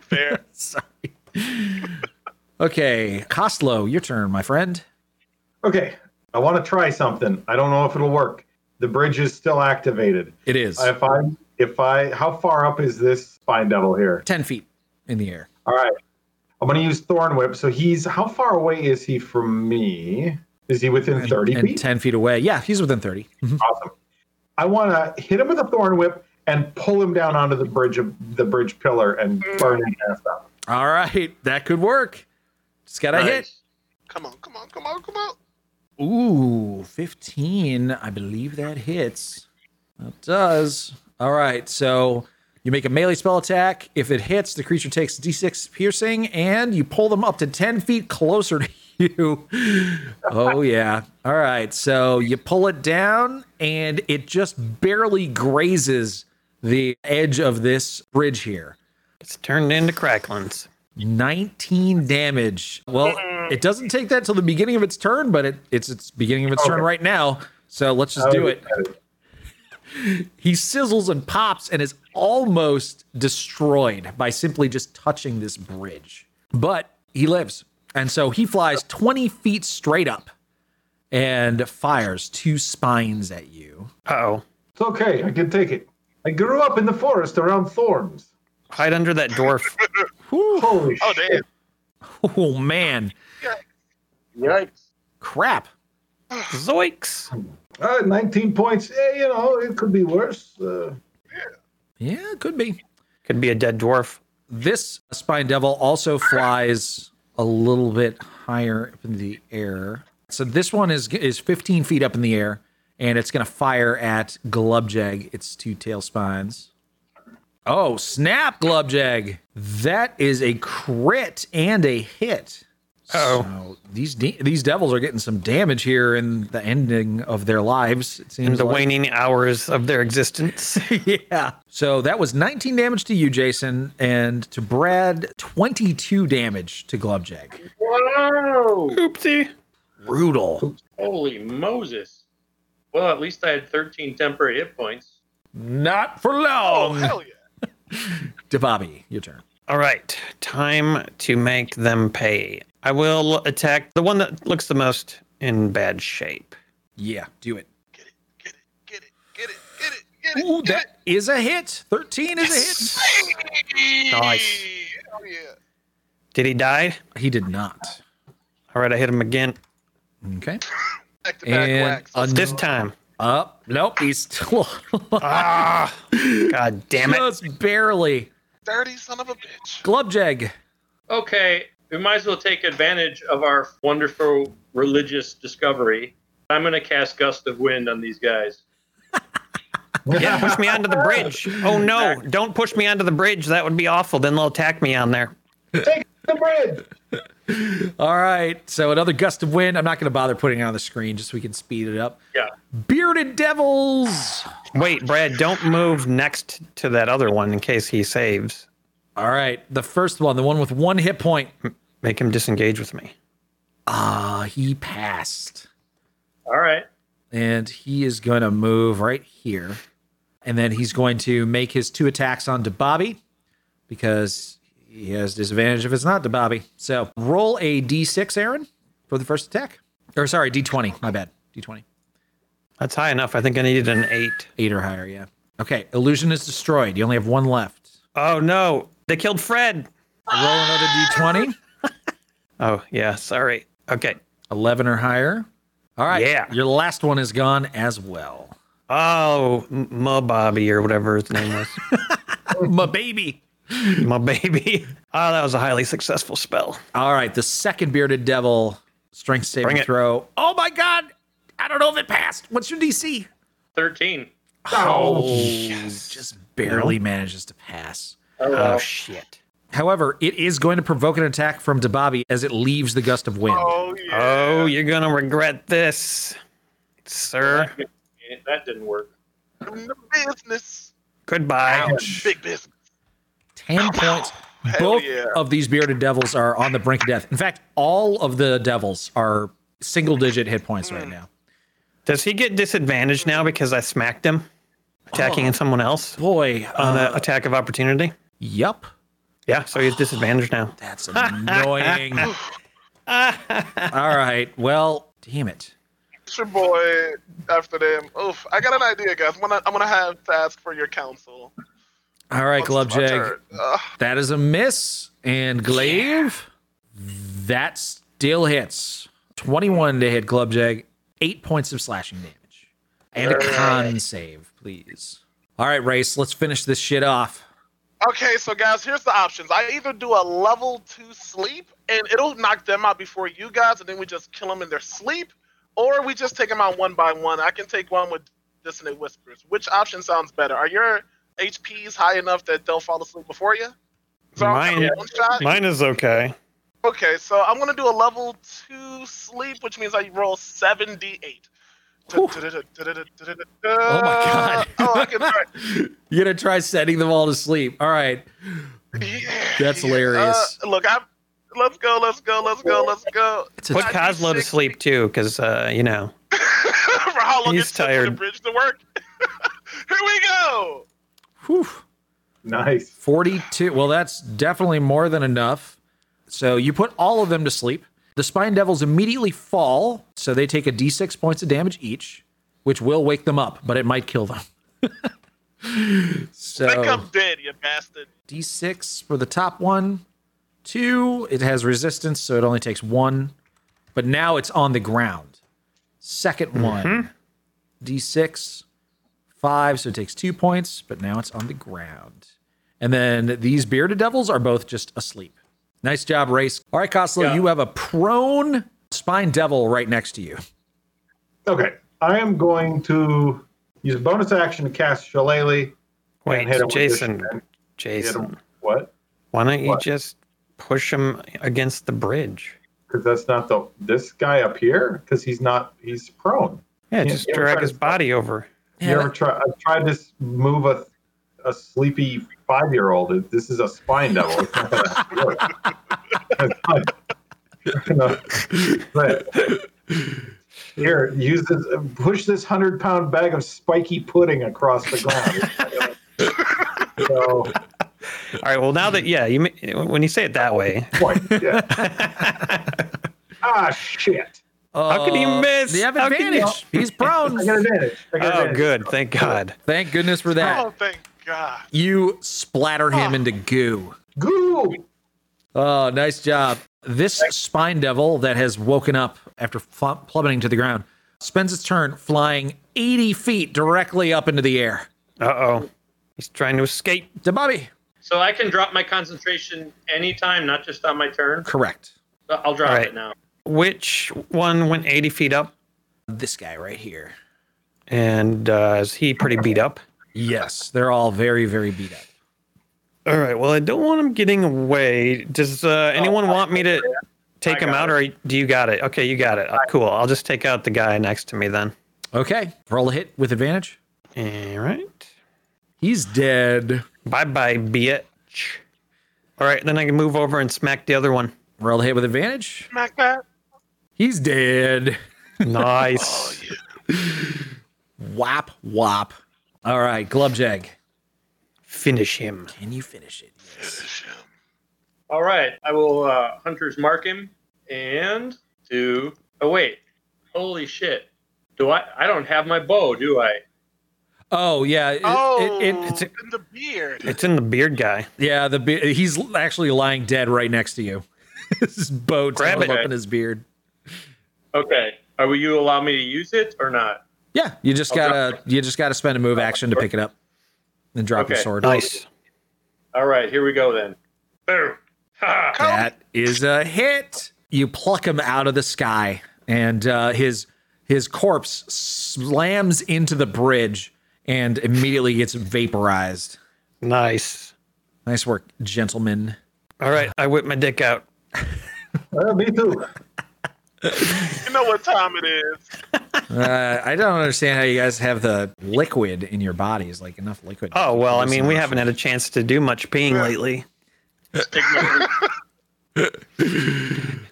Fair. Sorry. Okay, Costlow, your turn, my friend. Okay. I want to try something. I don't know if it'll work. The bridge is still activated. It is If I, if I, how far up is this spine devil here? ten feet in the air. All right. I'm going to use Thorn Whip. So he's, how far away is he from me? Is he within 30 and feet? 10 feet away. Yeah, he's within 30. Awesome. I want to hit him with a Thorn Whip and pull him down onto the bridge of the bridge pillar and burn his ass up. All right, that could work. Just got to hit. Come on, come on, come on, come on. Ooh, 15. I believe that hits. That does. All right, so you make a melee spell attack. If it hits, the creature takes d6 piercing and you pull them up to 10 feet closer to you. oh, yeah. All right, so you pull it down and it just barely grazes the edge of this bridge here. It's turned into cracklins. 19 damage. Well, it doesn't take that till the beginning of its turn, but it, it's its beginning of its turn right now. So let's just Oh. do it. He sizzles and pops and is almost destroyed by simply just touching this bridge. But he lives. And so he flies 20 feet straight up and fires two spines at you. Uh oh. It's okay. I can take it. I grew up in the forest around thorns. Hide under that dwarf. Holy Oh shit. damn. Oh, man. Yikes. Crap. Zoinks. Uh, 19 points. Yeah, you know, it could be worse. Uh, Yeah, it could be. Could be a dead dwarf. This spine devil also flies a little bit higher up in the air. So this one is is 15 feet up in the air, and it's going to fire at Glubjag. Its two tail spines. Oh snap, Glubjag! That is a crit and a hit. Uh-oh. So these de- these devils are getting some damage here in the ending of their lives. It seems In the like. waning hours of their existence. yeah. So that was 19 damage to you, Jason, and to Brad, 22 damage to Glubjag. Wow. Oopsie. Brutal. Holy Moses. Well, at least I had 13 temporary hit points. Not for Oh long. hell yeah. to Bobby, your turn. All right. Time to make them pay. I will attack the one that looks the most in bad shape. Yeah, do it. Get it, get it, get it, get it, get it. Ooh, get that is a hit. 13 is a it. Nice. Hell yeah. Did he die? hit. He did not. All right. I hit him again. Okay. Back to back And wax. un- This time. up. Nope, he's still Ah. God damn it. just barely. Dirty son of a bitch. Glubjag. Okay, we might as well take advantage of our wonderful religious discovery. I'm going to cast Gust of Wind on these guys. Yeah, push me onto the bridge. Oh no, don't push me onto the bridge. That would be awful. Then they'll attack me on there. take the bread. All right. So another gust of wind. I'm not going to bother putting it on the screen just so we can speed it up. Yeah. Bearded devils. Wait, Brad, don't move next to that other one in case he saves. All right, the first one, the one with one hit point. Make him disengage with me. Uh, he passed, All right. and he is going to move right here, and then he's going to make his two attacks onto Bobby because he has disadvantage if it's not to Bobby. So roll a d6, Aaron, for the first attack. Or sorry, d20. My bad, d20. That's high enough. I think I needed an eight. Eight or higher, yeah. Okay, illusion is destroyed. You only have one left. Oh no, they killed Fred. Roll another d20. Oh yeah, sorry. Okay. 11 or higher. All right. Yeah. Your last one is gone as well. Oh, M- my Bobby or whatever his name was, My baby. my baby. Oh, that was a highly successful spell. All right, the second bearded devil strength saving Bring it. throw. Oh my god! I don't know if it passed. What's your DC? 13. Oh, just barely manages to pass. Oh, Oh well. shit. However, it is going to provoke an attack from Dababi as it leaves the gust of wind. Oh yeah. Oh, you're gonna regret this, sir. that didn't work. In the business. Goodbye. Big business. Ten points. Both yeah. of these bearded devils are on the brink of death. In fact, all of the devils are single digit hit points Hmm. right now. Does he get disadvantaged now because I smacked him, attacking someone else Boy, on uh, an attack of opportunity? yup. Yeah, so he's disadvantaged now. That's annoying. All right. Well, damn it. It's your boy after them. Oof, I got an idea, guys. I'm gonna, I'm gonna have to ask for your counsel. All right, Once it's my Glubjag. turn. Uh, That is a miss. And Glaive, that still hits. 21 to hit Glubjag. Eight points of slashing damage. And a con save, please. All right, Race, let's finish this shit off. okay, so guys, here's the options. I either do a level two sleep, and it'll knock them out before you guys, and then we just kill them in their sleep, or we just take them out one by one. I can take one with dissonant whispers. Which option sounds better? Are your HPs high enough that they'll fall asleep before you? So I'm Mine- kinda one shot. Mine is okay. Okay, so I'm gonna do a level two sleep, which means I roll seven d8, Oh God. Oh, I can. You're gonna try setting them all to sleep. All right. Yeah, That's yeah. hilarious. Uh, look, I. Let's go. Let's go. Let's go. Let's go. It's Put a, I'd be Cosmo to sick. sleep too, because uh, you know. For how long He's it took for the tired. bridge to work? Here we go. Whew. Nice. 42. Well, that's definitely more than enough. So you put all of them to sleep. The Spine Devils immediately fall, so they take a d6 points of damage each, which will wake them up, but it might kill them. They so come dead, you bastard. d6 for the top one, two. It has resistance, so it only takes one, but now it's on the ground. 2nd Mm-hmm. one, d6, five, so it takes two points, but now it's on the ground. And then these bearded devils are both just asleep. Nice job, race. All right, Costello, you have a prone spine devil right next to you. Okay. I am going to use a bonus action to cast Shillelagh. Wait, and hit him with this Jason, shit. Hit Jason, him. What? why don't you What? just push him against the bridge? Because that's not the this guy up here. Because he's not. He's prone. Yeah, Yeah, just yeah, drag try his to- body over. you ever try? I've tried to s- move a a sleepy five year old. This is a spine devil. It's not gonna work. It's not- you know, but- here, use this. Push this hundred pound bag of spiky pudding across the ground. so, All right. Well, now that yeah, you ma- when you say it that way, point. Yeah. ah, shit! how could he miss? Uh, They have How could he- advantage. He's prone. I got advantage. I got Oh, advantage. good. Thank God. Thank goodness for that. Oh, thank God. You splatter him into goo. Goo. Oh, nice job. This spine devil that has woken up after fl- plummeting to the ground spends its turn flying 80 feet directly up into the air. Uh oh, he's trying to escape. To Bobby. So I can drop my concentration anytime, not just on my turn. Correct. I'll drop All right. it now. Which one went 80 feet up? This guy right here. And uh, is he pretty beat up? Yes, they're all very, very beat up. All right. Well, I don't want him getting away. Does uh, anyone want me to take him out, or do you got it? Okay, you got it. Uh, cool. I'll just take out the guy next to me then. Okay, roll a hit with advantage. All right. He's dead. Bye bye, bitch. All right. Then I can move over and smack the other one. Roll a hit with advantage. Smack that. He's dead. Oh, Nice. Wop, wop. All right, Glubjag. Finish him. Can you finish it? All right, I will uh, hunters mark him and do. Oh wait, holy shit! Do I? I don't have my bow, do I? Oh, yeah. it- Oh, it- it's it, in the beard. It's in the beard guy. Yeah, the be- he's l- actually lying dead right next to you. his bow Grab tangled it. up in his beard. Okay. Are will you allow me to use it or not? Yeah, you just I'll gotta you just gotta spend a move action to pick it up, and drop your Okay. sword. Nice. All right, here we go then. Boom. Ha! That is a hit. You pluck him out of the sky, and uh, his his corpse slams into the bridge and immediately gets vaporized. Nice. Nice work, gentlemen. All right. I whip my dick out. Uh, me too. You know what time it is. Uh, I don't understand how you guys have the liquid in your bodies, like enough liquid. Oh well, I mean, we have. haven't had a chance to do much peeing lately.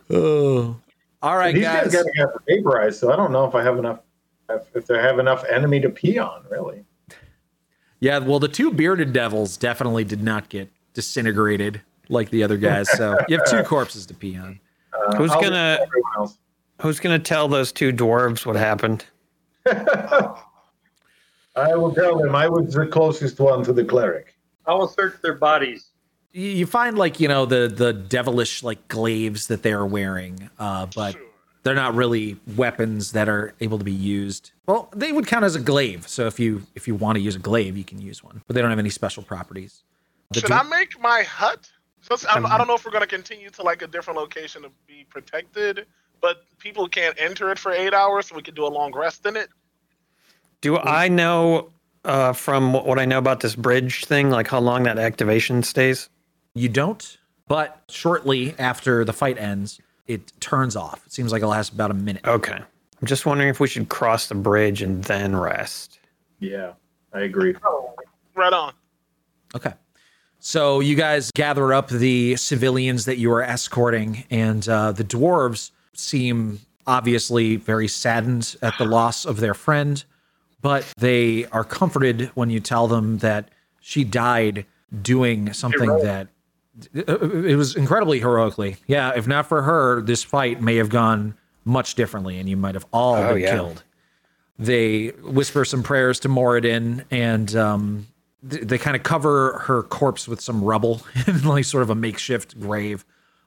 Oh. All right, These guys. guys gotta have vaporized, so I don't know if I have enough. If if they have enough enemy to pee on, really. Yeah, well, the two bearded devils definitely did not get disintegrated like the other guys. So you have two corpses to pee on. Uh, Who's I'll gonna- leave Everyone else. Who's gonna tell those two dwarves what happened? I will tell them I was the closest one to the cleric. I will search their bodies. You- You find like you know the the devilish like glaives that they are wearing, uh, but they're not really weapons that are able to be used. Well, they would count as a glaive. So if you if you want to use a glaive, you can use one, but they don't have any special properties. The Should dwar- I make my hut? Since I, I don't know if we're gonna continue to like a different location to be protected, but people can't enter it for eight hours, so we can do a long rest in it. Do I know uh, from wh- what I know about this bridge thing, like how long that activation stays? You don't, but shortly after the fight ends, it turns off. It seems like it lasts about a minute. Okay. I'm just wondering if we should cross the bridge and then rest. Yeah, I agree. Right on. Okay. So you guys gather up the civilians that you are escorting, and uh, the dwarves seem obviously very saddened at the loss of their friend, but they are comforted when you tell them that she died doing something that it was incredibly heroically. Yeah, if not for her, this fight may have gone much differently, and you might have all been yeah. killed. They whisper some prayers to Moradin, and um, th- they kind of cover her corpse with some rubble and like sort of a makeshift grave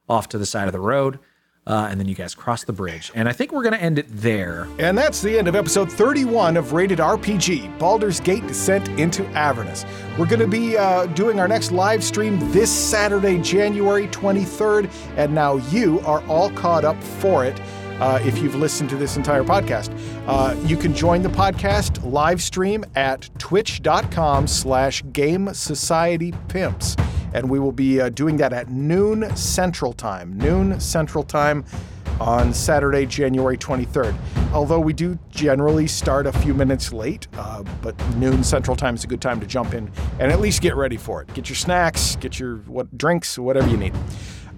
off to the side of the road. Uh, and then you guys cross the bridge, and I think we're going to end it there. And that's the end of episode 31 of Rated RPG Baldur's Gate Descent into Avernus. We're going to be uh, doing our next live stream this Saturday, January 23rd, and now you are all caught up for it. Uh, if you've listened to this entire podcast, uh, you can join the podcast live stream at twitch.com slash game society pimps. And we will be uh, doing that at noon central time, noon central time on Saturday, January 23rd. Although we do generally start a few minutes late, uh, but noon Central Time is a good time to jump in and at least get ready for it. Get your snacks, get your what drinks, whatever you need.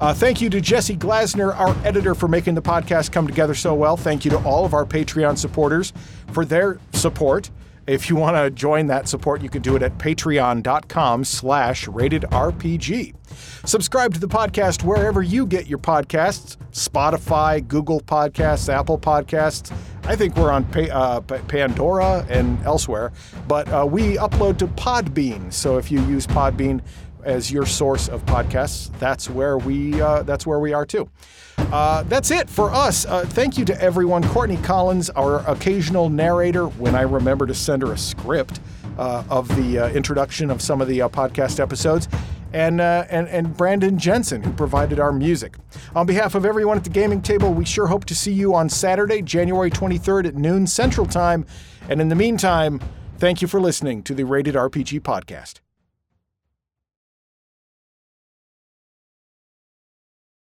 Uh, thank you to Jesse Glasner, our editor, for making the podcast come together so well. Thank you to all of our Patreon supporters for their support. If you want to join that support, you can do it at patreon.com slash rated RPG. Subscribe to the podcast wherever you get your podcasts, Spotify, Google Podcasts, Apple Podcasts. I think we're on pa- uh, Pa- Pandora and elsewhere, but uh, we upload to Podbean. So if you use Podbean as your source of podcasts, that's where we uh, that's where we are too. Uh, that's it for us. Uh, thank you to everyone. Courtney Collins, our occasional narrator, when I remember to send her a script uh, of the uh, introduction of some of the uh, podcast episodes, and, uh, and and Brandon Jensen, who provided our music. On behalf of everyone at the gaming table, we sure hope to see you on Saturday, January 23rd at noon Central Time. And in the meantime, thank you for listening to the Rated RPG Podcast.